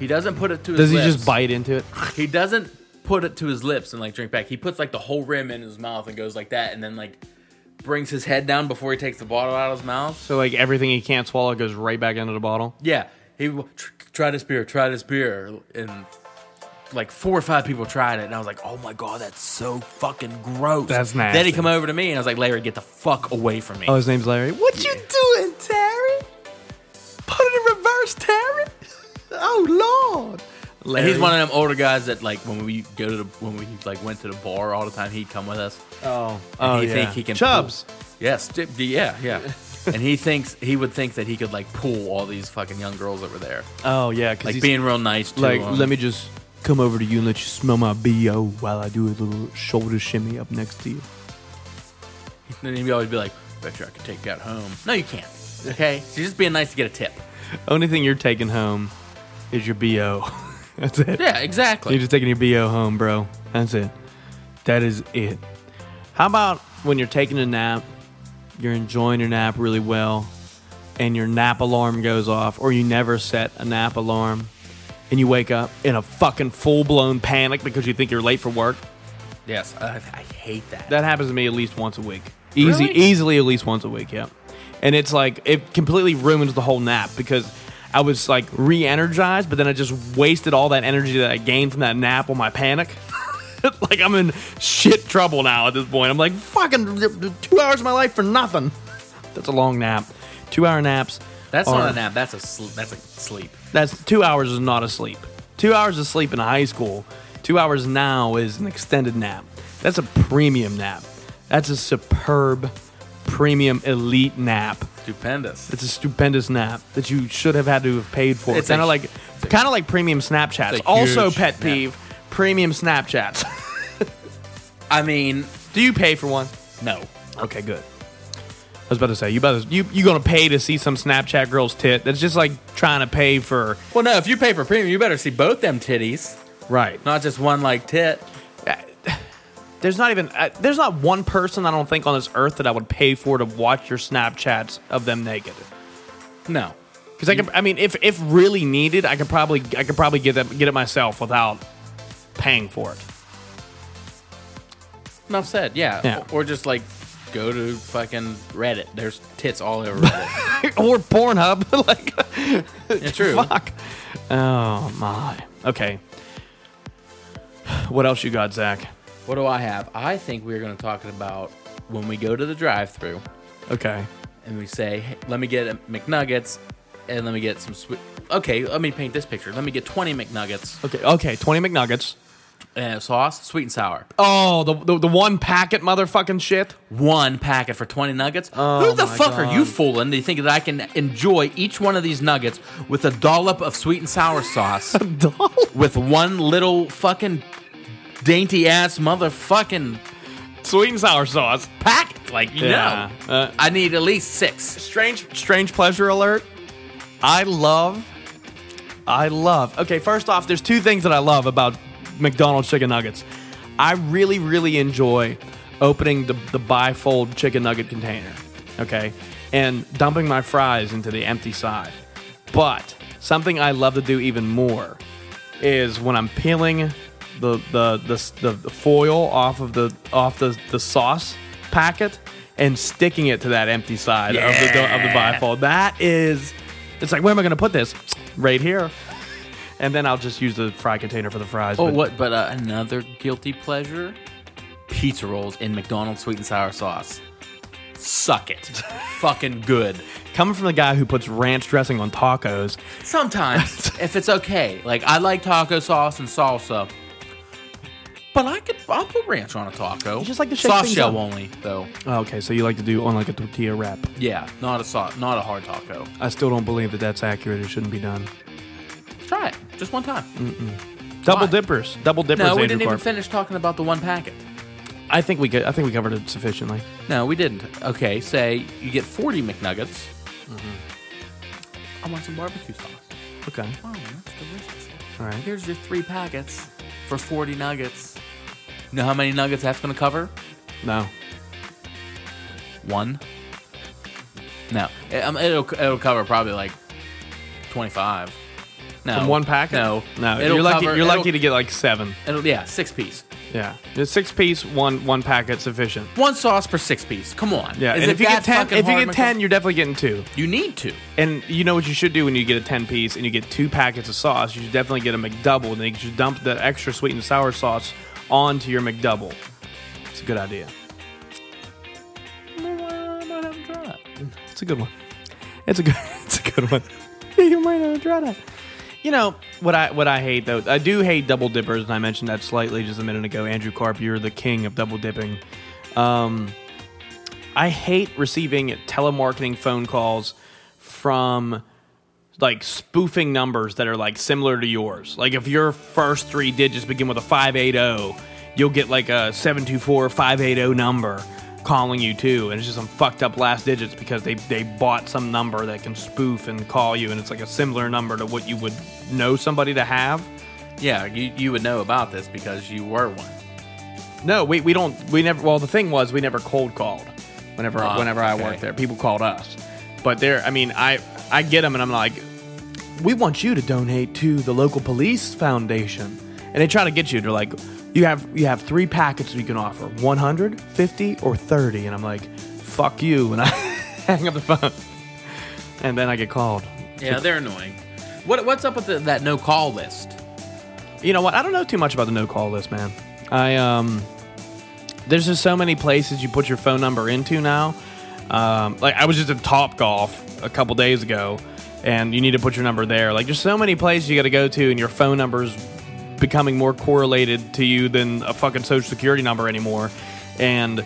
S3: He doesn't put it to.
S2: Does he
S3: his
S2: just
S3: lips.
S2: bite into it?
S3: He doesn't put it to his lips and like drink back. He puts like the whole rim in his mouth and goes like that, and then like brings his head down before he takes the bottle out of his mouth.
S2: So like everything he can't swallow goes right back into the bottle.
S3: Yeah, he w- tr- try this beer, try this beer, and like four or five people tried it, and I was like, oh my god, that's so fucking gross.
S2: That's
S3: Then
S2: nasty.
S3: he come over to me and I was like, Larry, get the fuck away from me.
S2: Oh, his name's Larry. What you doing, Terry? Put it in reverse, Terry. Oh Lord.
S3: And
S2: Larry.
S3: he's one of them older guys that like when we go to the when we like went to the bar all the time, he'd come with us.
S2: Oh,
S3: and he think he can
S2: Chubs.
S3: pull- Yes, di- di- yeah, yeah. and he thinks he would think that he could like pull all these fucking young girls over there,
S2: Oh yeah, 'cause
S3: like
S2: he's-
S3: being real nice to
S2: like.
S3: 'em.
S2: Let me just come over to you and let you smell my bo while I do a little shoulder shimmy up next to you.
S3: And he'd always be like, "Bet you I could take that home." No, you can't. Okay, so you're just being nice to get a tip.
S2: Only thing you're taking home is your bo. That's it.
S3: Yeah,
S2: You're
S3: exactly.
S2: just taking your bo home, bro. That's it. That is it. How about when you're taking a nap, you're enjoying your nap really well, and your nap alarm goes off, or you never set a nap alarm, and you wake up in a fucking full blown panic because you think you're late for work.
S3: yes, I, I hate that.
S2: That happens to me at least once a week. Easy,
S3: Really?
S2: easily at least once a week. Yeah, and it's like it completely ruins the whole nap because I was like re-energized, but then I just wasted all that energy that I gained from that nap on my panic. like I'm in shit trouble now at this point. I'm like fucking two hours of my life for nothing. That's a long nap. Two hour naps.
S3: That's
S2: are-
S3: not a nap. That's a sl- that's a sleep.
S2: That's two hours is not a sleep. Two hours of sleep in high school. Two hours now is an extended nap. That's a premium nap. That's a superb, premium, elite nap.
S3: Stupendous.
S2: It's a stupendous nap that you should have had to have paid for.
S3: It's
S2: kind
S3: a-
S2: of like, kind of like premium Snapchats.
S3: it's a
S2: Also,
S3: huge
S2: pet
S3: nap.
S2: peeve: premium Snapchats.
S3: I mean,
S2: Do you pay for one?
S3: no.
S2: Okay, good. I was about to say you about to, you you gonna pay to see some Snapchat girl's tit? That's just like trying to pay for
S3: Well, no. If you pay for premium, you better see both them titties,
S2: right.
S3: not just one like tit.
S2: There's not even uh, there's not one person I don't think on this earth that I would pay for to watch your Snapchats of them naked.
S3: No.
S2: Because I can, I mean, if if really needed, I could probably I could probably get that get it myself without paying for it.
S3: Enough said. Yeah.
S2: Yeah.
S3: Or, or just like go to fucking Reddit. There's tits all over Reddit.
S2: or Pornhub, like
S3: it's true.
S2: fuck. Oh my. Okay. What else you got, Zach?
S3: What do I have? I think we're going to talk about when we go to the drive-through
S2: Okay.
S3: and we say, hey, "Let me get a McNuggets and let me get some sweet. Okay, let me paint this picture. Let me get twenty McNuggets,
S2: Okay, okay, twenty McNuggets.
S3: uh, sauce, sweet and sour.
S2: Oh, the, the the one packet motherfucking shit.
S3: One packet for twenty nuggets. Who the
S2: Oh my
S3: fuck are you
S2: God.
S3: fooling? They think that I can enjoy each one of these nuggets with a dollop of sweet and sour sauce, with one little fucking dainty ass motherfucking
S2: Sweet and sour sauce.
S3: packet. Like
S2: Yeah,
S3: no,
S2: uh,
S3: I need at least six.
S2: Strange strange pleasure alert. I love I love. Okay, first off, there's two things that I love about McDonald's chicken nuggets. I really really enjoy opening the the bifold chicken nugget container, okay? And dumping my fries into the empty side. But something I love to do even more is when I'm peeling the the the, the foil off of the off the, the sauce packet and sticking it to that empty side of the of the bifold. That is, it's like where am I going to put this? Right here, and then I'll just use the fry container for the fries.
S3: Oh,
S2: but-
S3: what? But uh, another guilty pleasure: pizza rolls in McDonald's sweet and sour sauce. Suck it, fucking good.
S2: Coming from the guy who puts ranch dressing on tacos,
S3: Sometimes, if it's okay, like I like taco sauce and salsa, but I could I'll put ranch on a taco.
S2: just like to shake
S3: sauce
S2: things
S3: shell
S2: up.
S3: only though.
S2: oh, okay, so you like to do on like a tortilla wrap.
S3: Yeah, not a sauce, not a hard taco.
S2: I still don't believe that that's accurate. It shouldn't be done.
S3: Try it just one time.
S2: Double
S3: Why?
S2: dippers, double dippers.
S3: No, we
S2: Andrew
S3: didn't even
S2: Clark.
S3: finish talking about the one packet.
S2: I think we could, I think we covered it sufficiently.
S3: No, we didn't. Okay, say you get forty McNuggets. Mm-hmm. I want some barbecue sauce.
S2: Okay.
S3: Oh, that's delicious.
S2: All right.
S3: Here's your three packets for 40 nuggets. Know how many nuggets that's going to cover?
S2: No.
S3: One. No, it, um, it'll it'll cover probably like 25. No,
S2: From one packet?
S3: No,
S2: No.
S3: It'll
S2: you're lucky
S3: cover-
S2: you're lucky to
S3: it'll-
S2: get like seven.
S3: it'll- yeah, six piece.
S2: Yeah. It's six piece, one one packet sufficient.
S3: One sauce per six piece. Come on.
S2: Yeah.
S3: Is
S2: and
S3: it
S2: if you get
S3: that
S2: ten
S3: fucking
S2: if you
S3: hard,
S2: get
S3: Michael?
S2: ten, you're definitely getting two.
S3: you need to.
S2: And you know what you should do when you get a ten piece and you get two packets of sauce, you should definitely get a McDouble and then you should dump the extra sweet and sour sauce onto your McDouble. It's a good idea. It's a good one. It's a good. It's a good one. you might not try that. You know what I what I hate though. I do hate double dippers, and I mentioned that slightly just a minute ago. Andrew Carp, you're the king of double dipping. Um, I hate receiving telemarketing phone calls from like spoofing numbers that are like similar to yours. Like if your first three digits begin with a 580, you'll get like a 724 580 number calling you too. And it's just some fucked up last digits because they, they bought some number that can spoof and call you. And it's like a similar number to what you would know somebody to have.
S3: Yeah, you, you would know about this because you were one.
S2: No, we, we don't. We never. Well, the thing was, we never cold called. Whenever
S3: Ah,
S2: whenever I
S3: okay.
S2: worked there, people called us. But there, I mean, I I get them, and I'm like, we want you to donate to the local police foundation, and they try to get you. They're like, you have you have three packets you can offer: 100, 50, or 30. And I'm like, fuck you, and I hang up the phone, and then I get called.
S3: Yeah, they're annoying. What what's up with the, that no call list?
S2: you know what? I don't know too much about the no call list, man. I um, there's just so many places you put your phone number into now. Um, like I was just at Top Golf a couple days ago, and you need to put your number there. Like there's so many places you got to go to, and your phone number's becoming more correlated to you than a fucking social security number anymore. And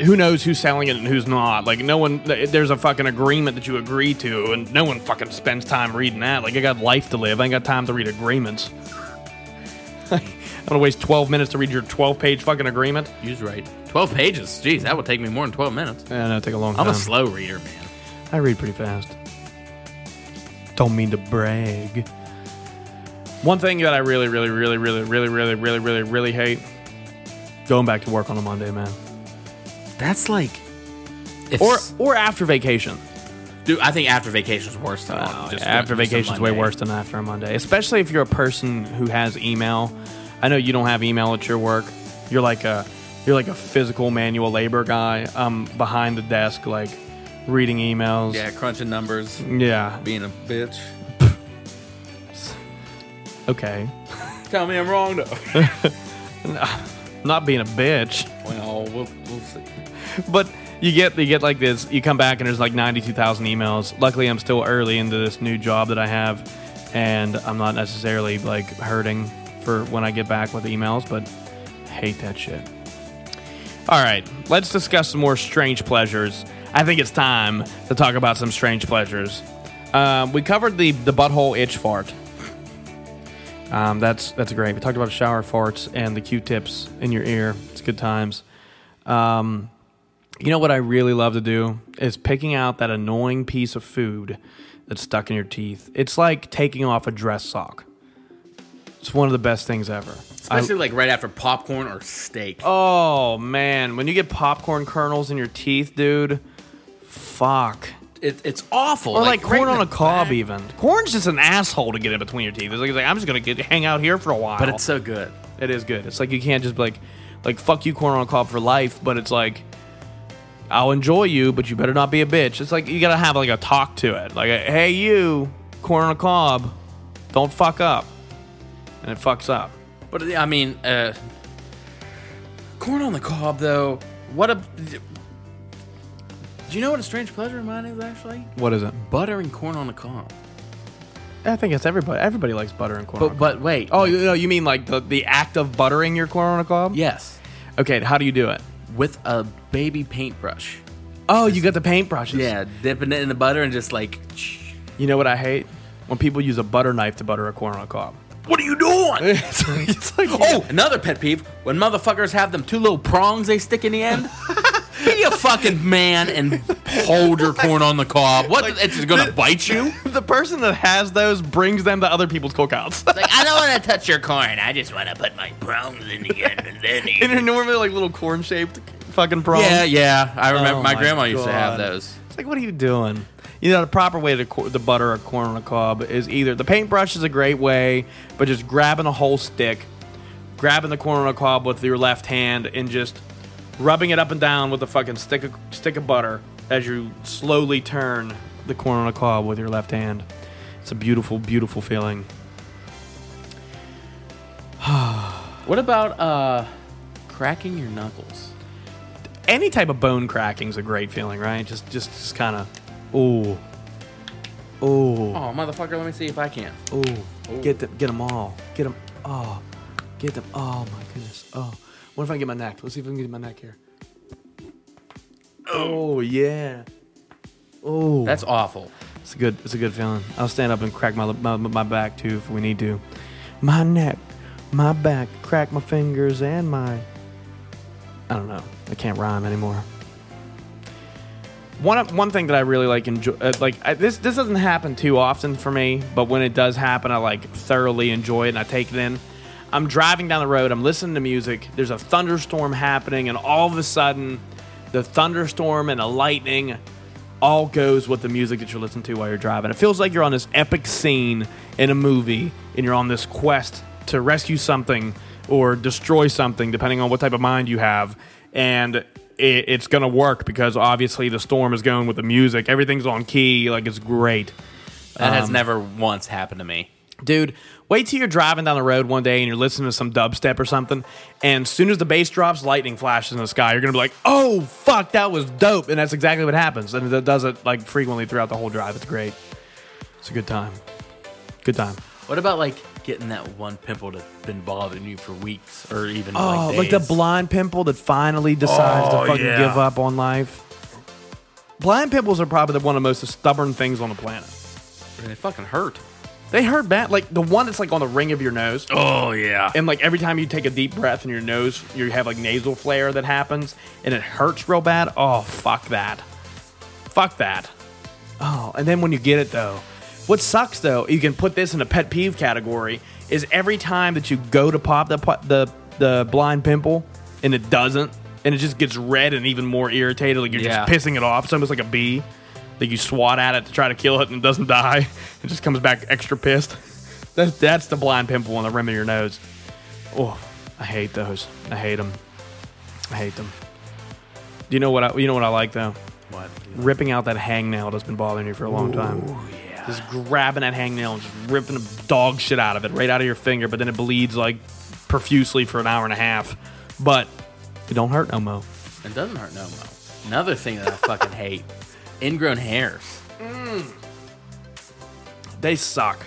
S2: who knows who's selling it and who's not. Like no one, there's a fucking agreement that you agree to, and no one fucking spends time reading that. Like I got life to live, I ain't got time to read agreements. I'm gonna waste 12 minutes to read your 12 page fucking agreement. Eh,
S3: Use right. 12 pages. Jeez, that would take me more than 12 minutes.
S2: Yeah, no, take a long
S3: I'm
S2: time.
S3: a slow reader, man.
S2: I read pretty fast. Don't mean to brag. One thing that I really, really, really, really, really, really, really, really, really hate going back to work on a Monday, man,
S3: That's like.
S2: or or after vacation.
S3: dude, I think after vacation's worse than
S2: Oh,
S3: just
S2: yeah, after
S3: just a
S2: vacation's way
S3: Monday.
S2: worse than after a Monday, especially if you're a person who has email. I know you don't have email at your work. You're like a you're like a physical manual labor guy. I'm behind the desk, like reading emails.
S3: Yeah, crunching numbers,
S2: Yeah.
S3: being a bitch.
S2: Okay.
S3: Tell me I'm wrong though.
S2: Not being a bitch,
S3: well, we'll, we'll see.
S2: but you get you get like this. You come back and there's like ninety two thousand emails. Luckily, I'm still early into this new job that I have, and I'm not necessarily like hurting for when I get back with emails. But hate that shit. All right, let's discuss some more strange pleasures. I think it's time to talk about some strange pleasures. Um, we covered the the butthole itch fart. Um, that's that's great. We talked about shower farts and the Q-tips in your ear. It's good times. Um, you know what I really love to do is picking out that annoying piece of food that's stuck in your teeth. It's like taking off a dress sock. It's one of the best things ever. I-
S3: Especially like right after popcorn or steak.
S2: oh man, when you get popcorn kernels in your teeth, dude, fuck.
S3: It, it's awful.
S2: Or like,
S3: right
S2: corn
S3: in
S2: on
S3: the
S2: a cob,
S3: back.
S2: even. Corn's just an asshole to get in between your teeth. It's like, it's like, I'm just gonna get hang out here for a while.
S3: But it's so good.
S2: It is good. It's like you can't just be like, like fuck you, corn on a cob for life. But it's like, I'll enjoy you, but you better not be a bitch. It's like you gotta have like a talk to it. Like, hey, you, corn on a cob, don't fuck up, and it fucks up.
S3: But I mean, uh, corn on the cob though. What a. Do you know what a strange pleasure of mine is actually?
S2: What is it?
S3: Butter and corn on the cob.
S2: I think it's everybody. Everybody likes butter and corn. on a
S3: But
S2: cob.
S3: but wait.
S2: oh, you, no, you mean like the, the act of buttering your corn on a cob?
S3: yes,
S2: Okay, how do you do it?
S3: with a baby paintbrush.
S2: Oh, you got the paintbrushes.
S3: Yeah, dipping it in the butter and just like. shh.
S2: You know what I hate? When people use a butter knife to butter a corn on a cob.
S3: What are you doing?
S2: it's like, it's like
S3: Oh, another pet peeve when motherfuckers have them two little prongs they stick in the end. Be a fucking man and hold your corn on the cob. What? it's gonna bite you?
S2: the person that has those brings them to other people's cookouts.
S3: Like I don't want to touch your corn. I just want to put my prongs in the end and then
S2: and they're normally like little corn shaped fucking prongs.
S3: Yeah, yeah. I remember
S2: Oh
S3: my,
S2: my
S3: grandma used to have
S2: God.
S3: those.
S2: It's like, what are you doing? You know, the proper way to, co- to butter a corn on a cob is either the paintbrush is a great way, but just grabbing a whole stick, grabbing the corn on a cob with your left hand, and just rubbing it up and down with a fucking stick of, stick of butter as you slowly turn the corn on a cob with your left hand. It's a beautiful, beautiful feeling.
S3: What about uh, cracking your knuckles?
S2: any type of bone cracking is a great feeling, right? Just, just, just kind of, ooh, ooh,
S3: Oh, motherfucker! Let me see if I can.
S2: ooh, get them, get them all, get them, oh, get them, oh my goodness, oh. What if I can get my neck? Let's see if I can get my neck here. Oh yeah, oh.
S3: That's awful.
S2: It's a good. It's a good feeling. I'll stand up and crack my my, my back too if we need to. My neck, my back, crack my fingers and my. I don't know. I can't rhyme anymore. One one thing that I really like enjoy uh, like I, this this doesn't happen too often for me, but when it does happen, I like thoroughly enjoy it and I take it in. I'm driving down the road. I'm listening to music. There's a thunderstorm happening, and all of a sudden, the thunderstorm and the lightning all goes with the music that you're listening to while you're driving. It feels like you're on this epic scene in a movie and you're on this quest to rescue something or destroy something, depending on what type of mind you have. And it, it's going to work because obviously the storm is going with the music. Everything's on key. Like, it's great.
S3: That has never once happened to me.
S2: Dude, wait till you're driving down the road one day and you're listening to some dubstep or something, and as soon as the bass drops, lightning flashes in the sky. You're gonna be like, "Oh fuck, that was dope!" And that's exactly what happens, and that does it like frequently throughout the whole drive. It's great. It's a good time. Good time.
S3: What about like getting that one pimple that's been bothering you for weeks or even
S2: Oh,
S3: like,
S2: like the
S3: days?
S2: blind pimple that finally decides
S3: Oh,
S2: to fucking
S3: yeah.
S2: give up on life. Blind pimples are probably the one of the most stubborn things on the planet.
S3: They fucking hurt.
S2: They hurt bad, like the one that's like on the ring of your nose.
S3: Oh yeah.
S2: and like every time you take a deep breath in your nose, you have like nasal flare that happens, and it hurts real bad. Oh, fuck that, fuck that. Oh, and then when you get it though, what sucks though, you can put this in a pet peeve category. Is every time that you go to pop the pu- the the blind pimple and it doesn't, and it just gets red and even more irritated, like you're
S3: Yeah.
S2: just pissing it off. It's almost like a bee that you swat at it to try to kill it and it doesn't die. It just comes back extra pissed. That's that's the blind pimple on the rim of your nose. Oh, I hate those. I hate them. I hate them. Do you know what I? You know what I like though?
S3: What?
S2: Ripping out that hangnail that's been bothering you for a long time. Just grabbing that hangnail and just ripping the dog shit out of it, right out of your finger. But then it bleeds like profusely for an hour and a half. But it don't hurt no more.
S3: It doesn't hurt no more. Another thing that I fucking hate: ingrown hairs.
S2: They suck.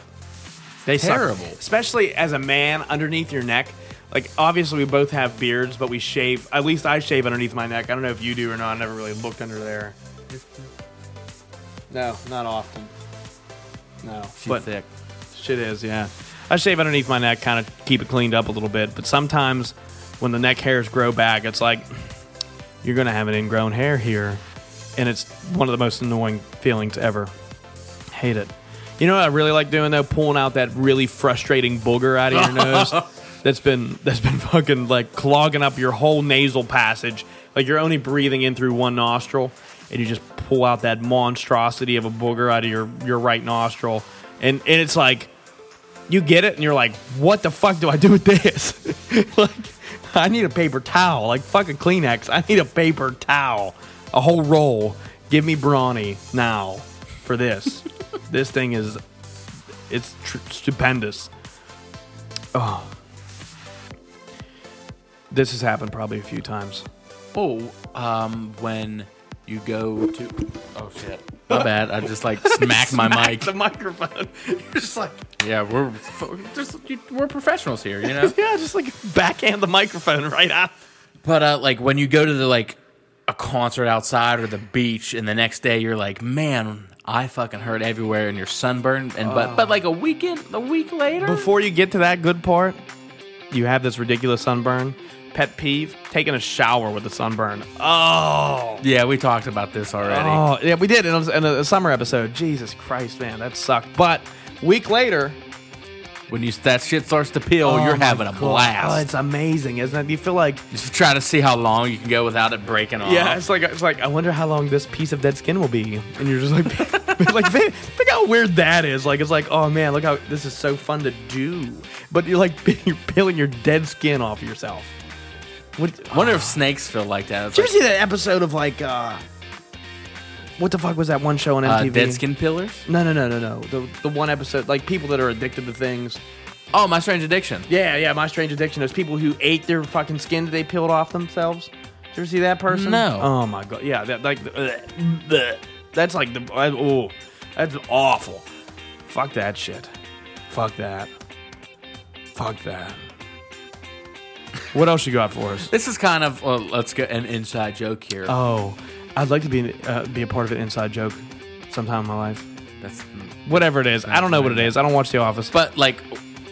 S2: They
S3: Terrible.
S2: suck. Especially as a man underneath your neck. Like obviously we both have beards, but we shave. At least I shave underneath my neck. I don't know if you do or not. I never really looked under there. No, not often. No,
S3: Too
S2: but
S3: thick.
S2: shit is yeah. I shave underneath my neck, kind of keep it cleaned up a little bit. But sometimes when the neck hairs grow back, it's like you're gonna have an ingrown hair here, and it's one of the most annoying feelings ever. Hate it. You know what I really like doing though? Pulling out that really frustrating booger out of your nose that's been that's been fucking like clogging up your whole nasal passage. Like you're only breathing in through one nostril, and you just pull out that monstrosity of a booger out of your your right nostril, and and it's like you get it, and you're like, what the fuck do I do with this? like I need a paper towel, like fucking Kleenex. I need a paper towel, a whole roll. Give me brawny now for this. this thing is it's tr- stupendous. Oh, this has happened probably a few times.
S3: Oh, um, when you go to. Oh shit. My bad. I just like smacked my mic.
S2: The microphone. You're just like
S3: Yeah, we're just you- we're professionals here, you know.
S2: yeah, just like backhand the microphone right out.
S3: but uh, like when you go to the like a concert outside or the beach, and the next day you're like, man, I fucking hurt everywhere, and you're sunburned, and but but like a weekend, a week later,
S2: Before you get to that good part, you have this ridiculous sunburn. Pet peeve: taking a shower with a sunburn. Oh,
S3: yeah, we talked about this already.
S2: oh, yeah, we did in a, in a summer episode. Jesus Christ, man, that sucked. But week later,
S3: When you that shit starts to peel, Oh, you're
S2: my
S3: having a
S2: God. Oh,
S3: blast.
S2: it's amazing, isn't it? You feel like
S3: just try to see how long you can go without it breaking off.
S2: yeah, it's like it's like I wonder how long this piece of dead skin will be, and you're just like, like man, think how weird that is. Like it's like oh man, look how this is so fun to do, but you're like you're peeling your dead skin off yourself. What?
S3: I wonder if snakes feel like that. It's
S2: Did you
S3: like,
S2: ever see that episode of like uh, what the fuck was that one show on
S3: uh,
S2: MTV?
S3: dead skin pillars.
S2: No, no, no, no, no. The the one episode like people that are addicted to things.
S3: Oh, my strange addiction.
S2: Yeah, yeah. My strange addiction. Those people who ate their fucking skin that they peeled off themselves. Did you ever see that person?
S3: No.
S2: Oh my god. Yeah. That like bleh, bleh. that's like the I- oh that's awful. Fuck that shit. Fuck that. Fuck that. What else you got for us?
S3: This is kind of well, let's get an inside joke here.
S2: Oh, I'd like to be uh, be a part of an inside joke sometime in my life.
S3: That's,
S2: Whatever it is, I don't know what it is. I don't watch The Office.
S3: but like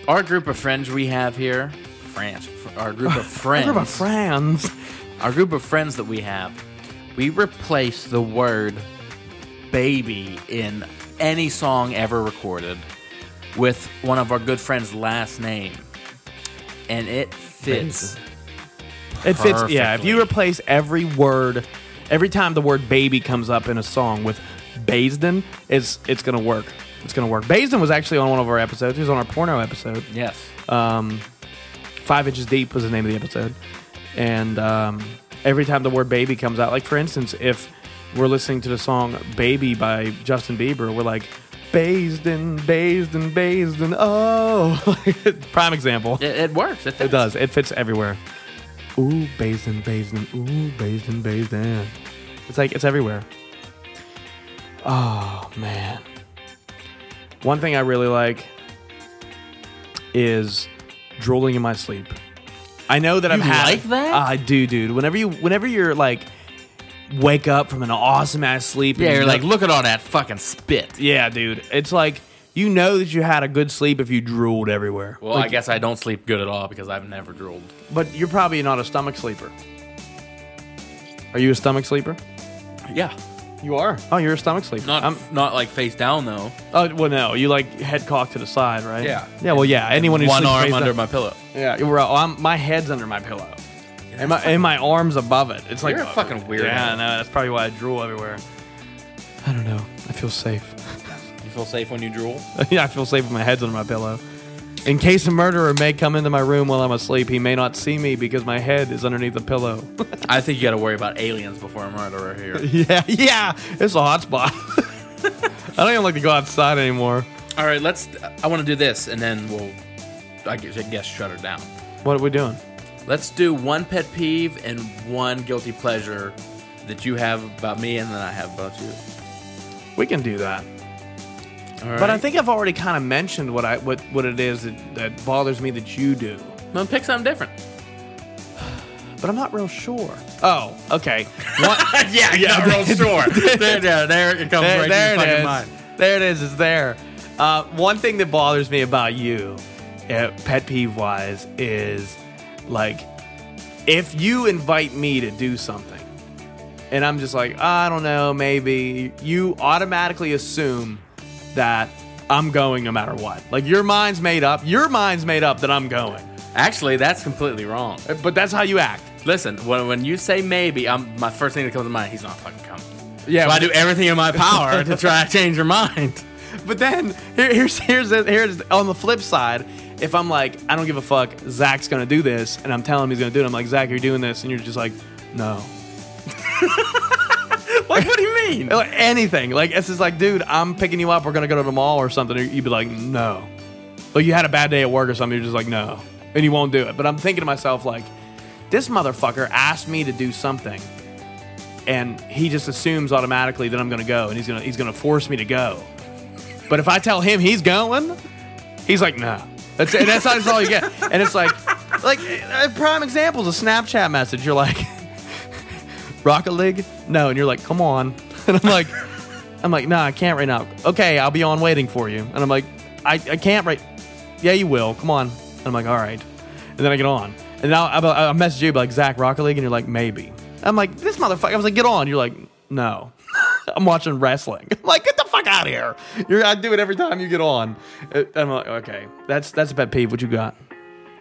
S3: our group of friends we have here, friends. Our group of
S2: What
S3: friends.
S2: about friends?
S3: our group of friends that we have, we replace the word baby in any song ever recorded with one of our good friends' last name, and it fits.
S2: It fits. Yeah, if you
S3: Perfectly.
S2: replace every word, every time the word baby comes up in a song with Baisden, it's it's gonna work. It's gonna work. Baisden was actually on one of our episodes. He was on our porno episode.
S3: Yes.
S2: Five Inches Deep was the name of the episode. And um, every time the word baby comes out, like for instance, if we're listening to the song Baby by Justin Bieber, we're like, bathed and bathed and bathed and oh. Prime example.
S3: it, it works.
S2: It
S3: It, fits.
S2: does. It fits everywhere. Ooh, bathed and bathed and ooh, bathed and bathed and. It's like, it's everywhere. Oh, man. One thing I really like is drooling in my sleep. I know that I've had
S3: like that?
S2: I do, dude. Whenever you, whenever you're like, wake up from an awesome ass sleep. and
S3: Yeah,
S2: you
S3: you're
S2: know-
S3: like, look at all that fucking spit.
S2: yeah, dude. It's like you know that you had a good sleep if you drooled everywhere.
S3: Well, I guess I don't sleep good at all because I've never drooled.
S2: But you're probably not a stomach sleeper. Are you a stomach sleeper?
S3: Yeah.
S2: You are. Oh, you're a stomach sleeper.
S3: Not
S2: I'm-
S3: not like face down though.
S2: oh, well, no. You like head cocked to the side, right?
S3: Yeah.
S2: Yeah. Well, yeah. Anyone who
S3: One
S2: sleeps
S3: arm
S2: face
S3: under
S2: down-
S3: my pillow.
S2: Yeah. Well, I'm, my head's under my pillow, and my and my arms above it. It's like
S3: You're a fucking weirdo.
S2: Yeah. No, that's probably why I drool everywhere. I don't know. I feel safe.
S3: You feel safe when you drool?
S2: yeah, I feel safe when my head's under my pillow. In case a murderer may come into my room while I'm asleep, he may not see me because my head is underneath the pillow.
S3: I think you got to worry about aliens before a murderer here.
S2: Yeah, yeah. It's a hot spot. I don't even like to go outside anymore.
S3: all right, let's. I want to do this, and then we'll. I guess, I guess shut her down.
S2: What are we doing?
S3: Let's do one pet peeve and one guilty pleasure that you have about me and then I have about you.
S2: We can do that.
S3: All right.
S2: But I think I've already kind of mentioned what I what, what it is that, that bothers me that you do.
S3: Well, pick something different.
S2: But I'm not real sure. Oh, okay. One,
S3: yeah, yeah, real sure. there, there, there it comes
S2: there,
S3: right
S2: there
S3: to your
S2: it
S3: fucking
S2: is.
S3: mind.
S2: There it is. It's there. Uh, one thing that bothers me about you, uh, pet peeve wise, is like if you invite me to do something, and I'm just like, I don't know, maybe you automatically assume that I'm going no matter what. Like your mind's made up. Your mind's made up that I'm going.
S3: Actually, that's completely wrong.
S2: But that's how you act.
S3: Listen, when, when you say maybe, I'm, my first thing that comes to mind, he's not fucking coming.
S2: Yeah,
S3: So I do everything in my power to try to change your mind.
S2: But then here, here's here's the, here's on the flip side. If I'm like, I don't give a fuck, Zach's gonna do this, and I'm telling him he's gonna do it, I'm like, Zach, you're doing this, and you're just like, no,
S3: Like, what do you mean?
S2: Like, anything. Like it's just like, dude, I'm picking you up. We're gonna go to the mall or something. You'd be like, no. Like you had a bad day at work or something. You're just like, no, and you won't do it. But I'm thinking to myself like, this motherfucker asked me to do something, and he just assumes automatically that I'm gonna go, and he's gonna he's gonna force me to go. But if I tell him he's going, he's like, no. That's and that's, that's all you get. And it's like, like a prime example is a Snapchat message. You're like, Rocket League? No. And you're like, come on. And I'm like, I'm like, nah, I can't right now. Okay, I'll be on waiting for you. And I'm like, I, I can't right. Yeah, you will. Come on. And I'm like, all right. And then I get on. And now I'll, I'll message you, be like, Zach, Rocket League? And you're like, maybe. I'm like, this motherfucker. I was like, get on. You're like, no. I'm watching wrestling. I'm like, get the fuck out of here. You're, I do it every time you get on. Uh, I'm like, okay, that's that's a pet peeve. What you got?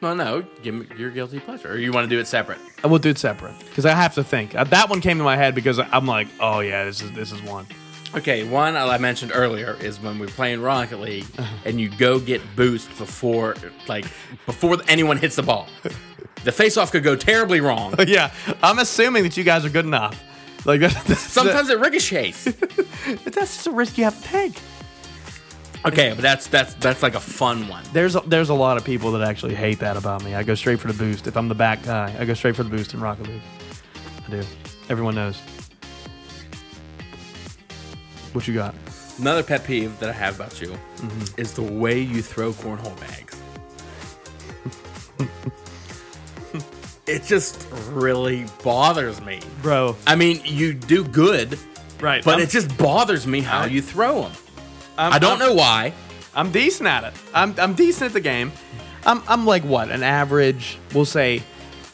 S3: Well, no, give me your guilty pleasure. Or you want to do it separate?
S2: I will do it separate because I have to think. Uh, That one came to my head because I'm like, oh yeah, this is this is one.
S3: Okay, one I mentioned earlier is when we're playing Rocket League and you go get boost before, like, before anyone hits the ball. The face-off could go terribly wrong.
S2: But yeah, I'm assuming that you guys are good enough. Like that's, that's
S3: Sometimes it ricochets.
S2: but that's just a risk you have to take.
S3: Okay, but that's that's that's like a fun one.
S2: There's a, there's a lot of people that actually hate that about me. I go straight for the boost. If I'm the back guy, I go straight for the boost in Rocket League. I do. Everyone knows. What you got?
S3: Another pet peeve that I have about you
S2: Mm-hmm.
S3: is the way you throw cornhole bags. it just really bothers me.
S2: Bro.
S3: I mean, you do good,
S2: Right.
S3: but
S2: I'm-
S3: it just bothers me how you throw them. I don't know why.
S2: I'm decent at it. I'm, I'm decent at the game. I'm, I'm like what an average. We'll say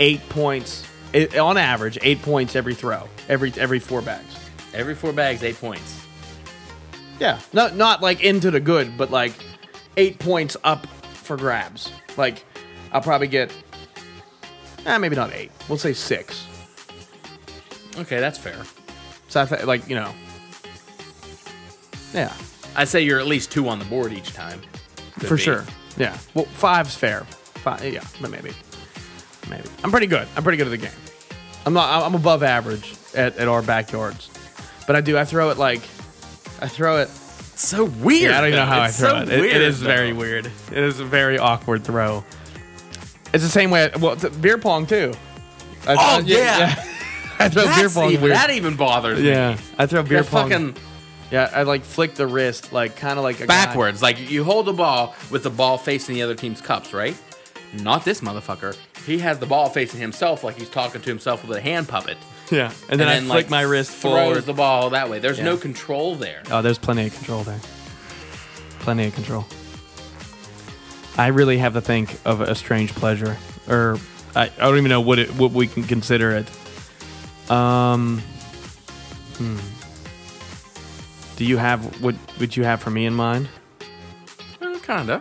S2: eight points i- on average. Eight points every throw. Every every four bags.
S3: Every four bags, eight points.
S2: Yeah. Not not like into the good, but like eight points up for grabs. Like I'll probably get. Eh, maybe not eight. We'll say six.
S3: Okay, that's fair.
S2: So I th- like you know. Yeah,
S3: I'd say you're at least two on the board each time. Could
S2: for
S3: be.
S2: sure. Yeah. Well, five's fair. Five. Yeah, but maybe. Maybe I'm pretty good. I'm pretty good at the game. I'm not. I'm above average at, at our backyards, but I do. I throw it like. I throw it.
S3: It's so weird.
S2: Yeah, I don't even know
S3: though.
S2: how
S3: It's
S2: I throw
S3: so
S2: it. It- It
S3: weird,
S2: is
S3: though.
S2: very weird. It is a very awkward throw. It's the same way. Well, it's beer pong too. I
S3: Oh,
S2: throw-
S3: yeah.
S2: I throw beer
S3: That's
S2: pong
S3: even-
S2: weird.
S3: That even bothers me.
S2: yeah, I throw beer
S3: You're
S2: pong.
S3: fucking
S2: yeah, I like flick the wrist, like kind of like a guy.
S3: backwards. Like you hold the ball with the ball facing the other team's cups, right? Not this motherfucker. He has the ball facing himself, like he's talking to himself with a hand puppet.
S2: Yeah, and then, I flick
S3: like,
S2: my wrist
S3: throws
S2: forward.
S3: the ball that way. There's
S2: Yeah.
S3: no control there.
S2: Oh, there's plenty of control there. Plenty of control. I really have to think of a strange pleasure, or I, I don't even know what it, what we can consider it. Um, hmm. do you have what would you have for me in mind? Uh,
S3: Kinda.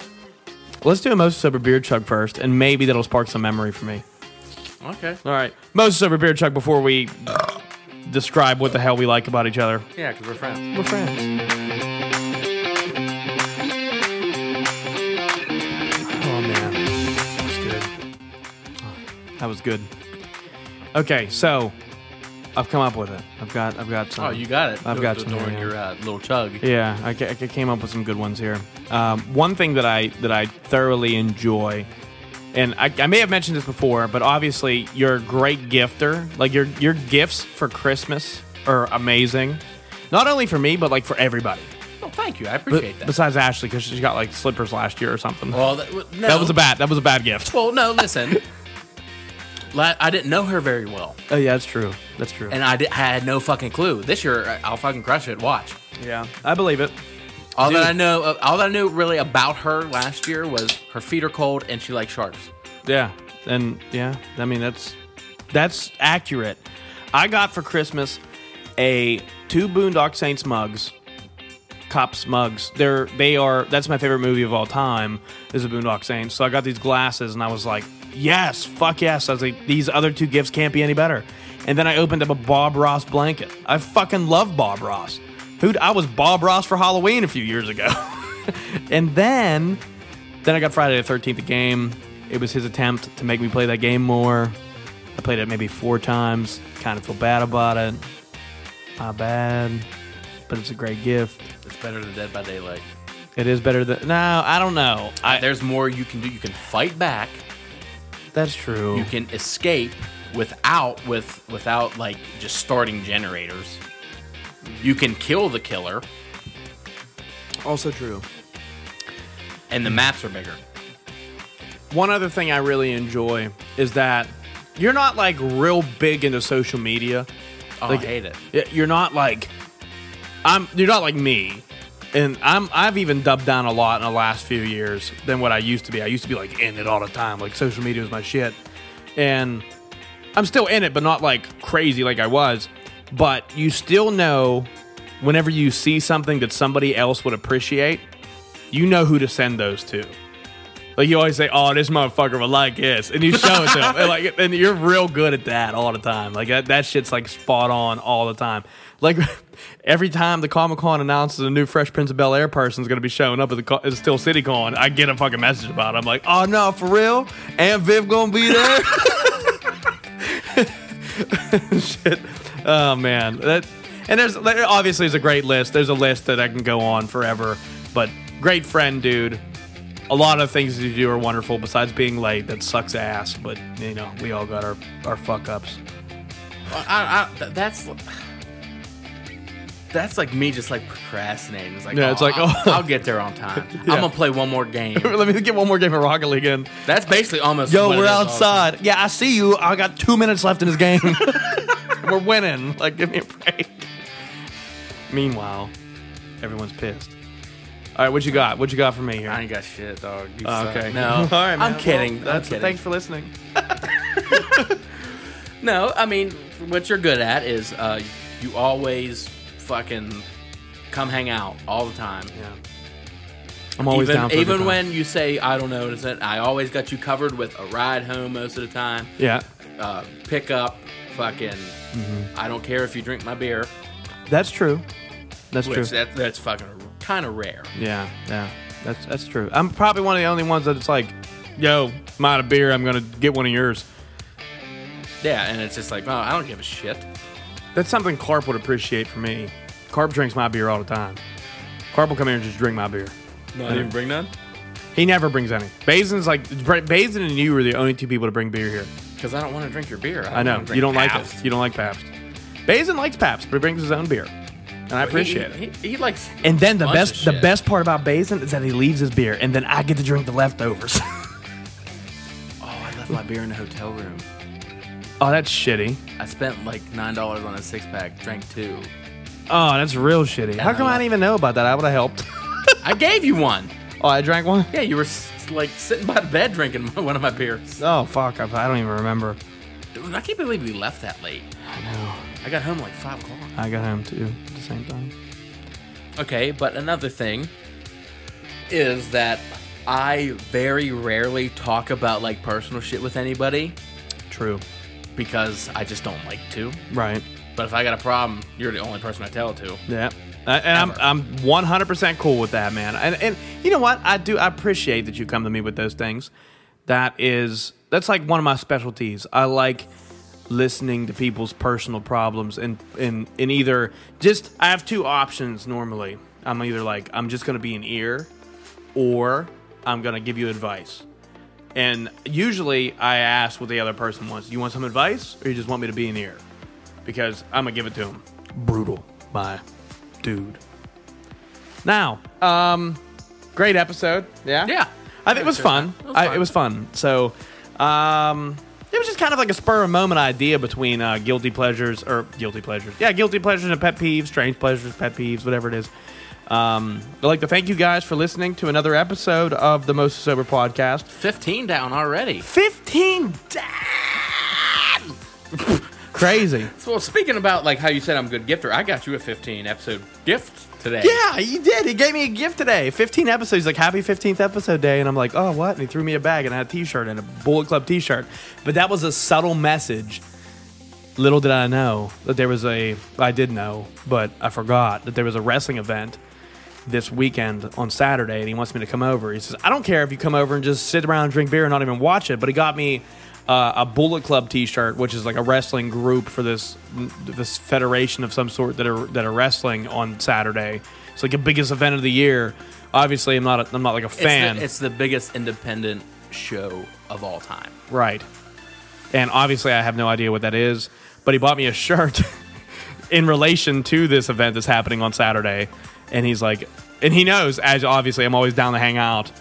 S2: Let's do a most sober beer chug first, and maybe that'll spark some memory for me.
S3: Okay.
S2: All right, most sober beer chug before we describe what the hell we like about each other.
S3: Yeah, because we're friends.
S2: We're friends. Oh man, that was good. Oh, That was good. Okay, so I've come up with it. I've got, I've got some.
S3: Oh, you got it.
S2: I've
S3: Do-
S2: got
S3: do-
S2: some
S3: during
S2: here,
S3: your uh, little chug.
S2: Yeah, I, ca- I ca- came up with some good ones here. Um, one thing that I that I thoroughly enjoy and I, I may have mentioned this before, but obviously you're a great gifter. Like your your gifts for Christmas are amazing, not only for me but like for everybody.
S3: Oh, thank you. I
S2: But
S3: appreciate that.
S2: besides Ashley, because she got like slippers last year or something.
S3: well, that, well, no.
S2: that was a bad that was a bad gift.
S3: Well, no, listen. La- I didn't know her very well,
S2: Oh yeah, that's true. That's true.
S3: and I, di- I had no fucking clue. This year, I- I'll fucking crush it. Watch.
S2: yeah, I believe it.
S3: All
S2: Dude.
S3: that I know, uh, all that I knew really about her last year was her feet are cold and she likes sharks.
S2: Yeah, and yeah, I mean that's that's accurate. I got for Christmas a two Boondock Saints mugs, cops mugs. They're they are that's my favorite movie of all time is the Boondock Saints. So I got these glasses and I was like, yes, fuck yes. I was like, these other two gifts can't be any better. And then I opened up a Bob Ross blanket. I fucking love Bob Ross. Who I was Bob Ross for Halloween a few years ago, and then then I got Friday the Thirteenth a game. It was his attempt to make me play that game more. I played it maybe four times. Kind of feel bad about it. Not bad, but it's a great gift.
S3: It's better than Dead by Daylight.
S2: It is better than no. I don't know. I
S3: There's more you can do. You can fight back.
S2: that's true.
S3: You can escape without with without like just starting generators. You can kill the killer,
S2: also true.
S3: and the maps are bigger.
S2: One other thing I really enjoy is that you're not like real big into social media.
S3: Oh,
S2: Like-
S3: I hate it.
S2: Y- You're not like I'm. You're not like me, and I'm. I've even dubbed down a lot in the last few years than what I used to be. I used to be like in it all the time. Like social media was my shit, and I'm still in it, but not like crazy like I was. But you still know whenever you see something that somebody else would appreciate, you know who to send those to. Like you always say, "Oh, this motherfucker would like this," and you show it to him, and like, and you're real good at that all the time. Like that, that shit's like spot on all the time. Like every time the Comic Con announces a new Fresh Prince of Bel Air person's gonna be showing up at the co- at Still City Con, I get a fucking message about it. I'm like, "Oh no, for real? Aunt Viv gonna be there?" Shit. Oh man, that. And there's there obviously is a great list. There's a list that I can go on forever. But great friend, dude a lot of things you do are wonderful besides being late that sucks ass but you know we all got our, our fuck ups
S3: I, I, th- that's that's like me just like procrastinating. It's like
S2: Yeah, it's like,
S3: I'll,
S2: oh."
S3: I'll get there on time. I'm gonna play one more game.
S2: let me get one more game of rocket league in
S3: That's basically almost.
S2: yo
S3: what it
S2: we're
S3: is all the time.
S2: outside yeah i see you i got two minutes left in this game we're winning like give me a break meanwhile everyone's pissed all right what you got what you got for me
S3: I
S2: here
S3: ain't got shit, dog. You
S2: Oh,
S3: suck.
S2: okay
S3: No.
S2: all right man.
S3: I'm kidding.
S2: Well, that's
S3: I'm kidding.
S2: thanks for listening
S3: No, I mean, what you're good at is uh, you always fucking come hang out all the time.
S2: yeah i'm always
S3: even
S2: down for a good
S3: even
S2: time.
S3: when you say I don't know, is it? I always got you covered with a ride home most of the time.
S2: yeah
S3: Uh, pick up, fucking.
S2: Mm-hmm.
S3: I don't care if you drink my beer,
S2: that's true that's true
S3: which that, that's fucking kind of rare.
S2: Yeah, yeah, that's that's true. I'm probably one of the only ones that it's like, yo, I'm out of beer. I'm gonna get one of yours.
S3: Yeah, and it's just like, oh, I don't give a shit.
S2: That's something Carp would appreciate for me. Carp drinks my beer all the time. Carp will come here and just drink my beer.
S3: No, I didn't bring none
S2: He never brings any. Basin's like Bra- Basin and you were the only two people to bring beer here.
S3: because I don't want to drink your beer.
S2: I know
S3: wanna drink
S2: you don't like
S3: Pabst.
S2: this. You don't like Pabst. Basin likes Pabst, but he brings his own beer, and I appreciate it.
S3: He, he, he likes.
S2: And then the
S3: Bunch of
S2: best the
S3: shit.
S2: best part about Basin is that he leaves his beer, and then I get to drink the leftovers.
S3: Oh, I left my beer in the hotel room.
S2: oh, that's shitty.
S3: I spent like nine dollars on a six pack, drank two.
S2: Oh, that's real shitty. How
S3: I
S2: come I
S3: love-
S2: didn't even know about that? I would have helped.
S3: I gave you one.
S2: Oh, I drank one?
S3: Yeah, you were s- like sitting by the bed drinking one of my beers.
S2: Oh, fuck. I, I don't even remember.
S3: Dude, I can't believe we left that late.
S2: I know.
S3: I got home like five o'clock.
S2: I got home too at the same time.
S3: Okay, but another thing is that I very rarely talk about like personal shit with anybody
S2: True.
S3: because I just don't like to.
S2: Right.
S3: But if I got a problem, you're the only person I tell it to.
S2: Yeah. I- and I'm, I'm 100% cool with that, man. And, and you know what? I do. I appreciate that you come to me with those things. That is, that's like one of my specialties. I like listening to people's personal problems and, and, and either just, I have two options normally. I'm either like, I'm just going to be an ear or I'm going to give you advice. And usually I ask what the other person wants. You want some advice or you just want me to be an ear? Because I'm going to give it to him. Brutal, my dude. Now, um, great episode. Yeah.
S3: Yeah.
S2: I think it was fun.
S3: It was
S2: I,
S3: fun.
S2: it was fun. So, um, it was just kind of like a spur of the moment idea between uh, guilty pleasures or guilty pleasures. Yeah, guilty pleasures and pet peeves, strange pleasures, pet peeves, whatever it is. Um, I'd like to thank you guys for listening to another episode of the Most Sober Podcast.
S3: 15 down already.
S2: 15 down. Crazy.
S3: So, well, speaking about like how you said I'm a good gifter, I got you a 15 episode gift today.
S2: Yeah, he did. He gave me a gift today. 15 episodes. He's like, Happy 15th episode day. And I'm like, Oh, what? And he threw me a bag and I had a t shirt and a Bullet Club t shirt. But that was a subtle message. Little did I know that there was a, I did know, but I forgot that there was a wrestling event this weekend on Saturday and he wants me to come over. He says, I don't care if you come over and just sit around and drink beer and not even watch it, but he got me uh, a Bullet Club t shirt, which is like a wrestling group for this this federation of some sort that are that are wrestling on Saturday. It's like the biggest event of the year. Obviously, I'm not a, I'm not like a
S3: It's the-
S2: fan,
S3: It's the, biggest independent show of all time.
S2: right? And obviously, I have no idea what that is. But he bought me a shirt in relation to this event that's happening on Saturday, and he's like, and he knows as obviously I'm always down to hang out.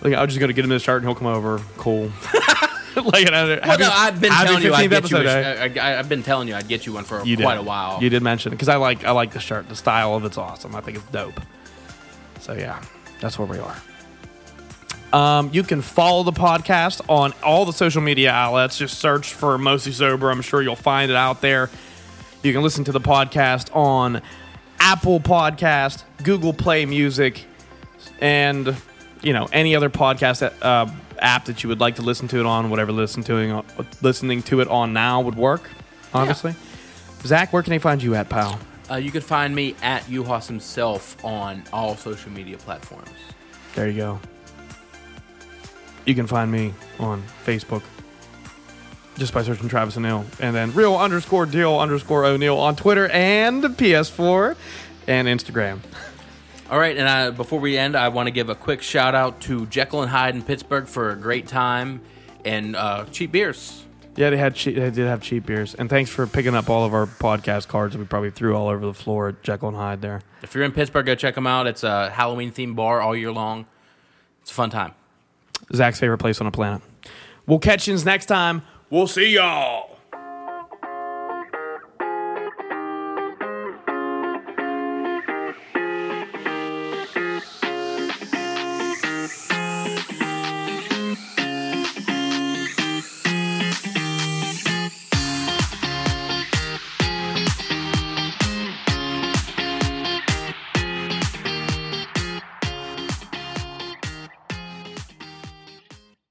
S2: Like I'm just gonna get him this shirt and he'll come over. Cool. like and I- happy-
S3: no, I've been
S2: happy
S3: telling you
S2: 15th
S3: I'd get you. A,
S2: episode, eh?
S3: I, I, I've been telling you I'd get you one for
S2: You did.
S3: quite a while.
S2: You did mention it because I like I like the shirt. The style of it's awesome. I think it's dope. So yeah, that's where we are. Um, you can follow the podcast on all the social media outlets. Just search for Mostly Sober. I'm sure you'll find it out there. You can listen to the podcast on Apple Podcast, Google Play Music, and you know any other podcast that, uh, app that you would like to listen to it on. Whatever listening to it on, listening to it on now would work. Honestly, Zach, where can they find you at, pal?
S3: Uh, you can find me at Uhas himself on all social media platforms.
S2: There you go. You can find me on Facebook just by searching Travis O'Neill and then real underscore deal underscore O'Neill on Twitter and PS4 and Instagram.
S3: All right, and I, before we end, I want to give a quick shout out to Jekyll and Hyde in Pittsburgh for a great time and uh, cheap beers.
S2: Yeah, they had che- they did have cheap beers, and thanks for picking up all of our podcast cards that we probably threw all over the floor at Jekyll and Hyde. There,
S3: If you're in Pittsburgh, go check them out. It's a Halloween themed bar all year long. It's a fun time.
S2: Zach's favorite place on the planet. We'll catch you next time. We'll see y'all.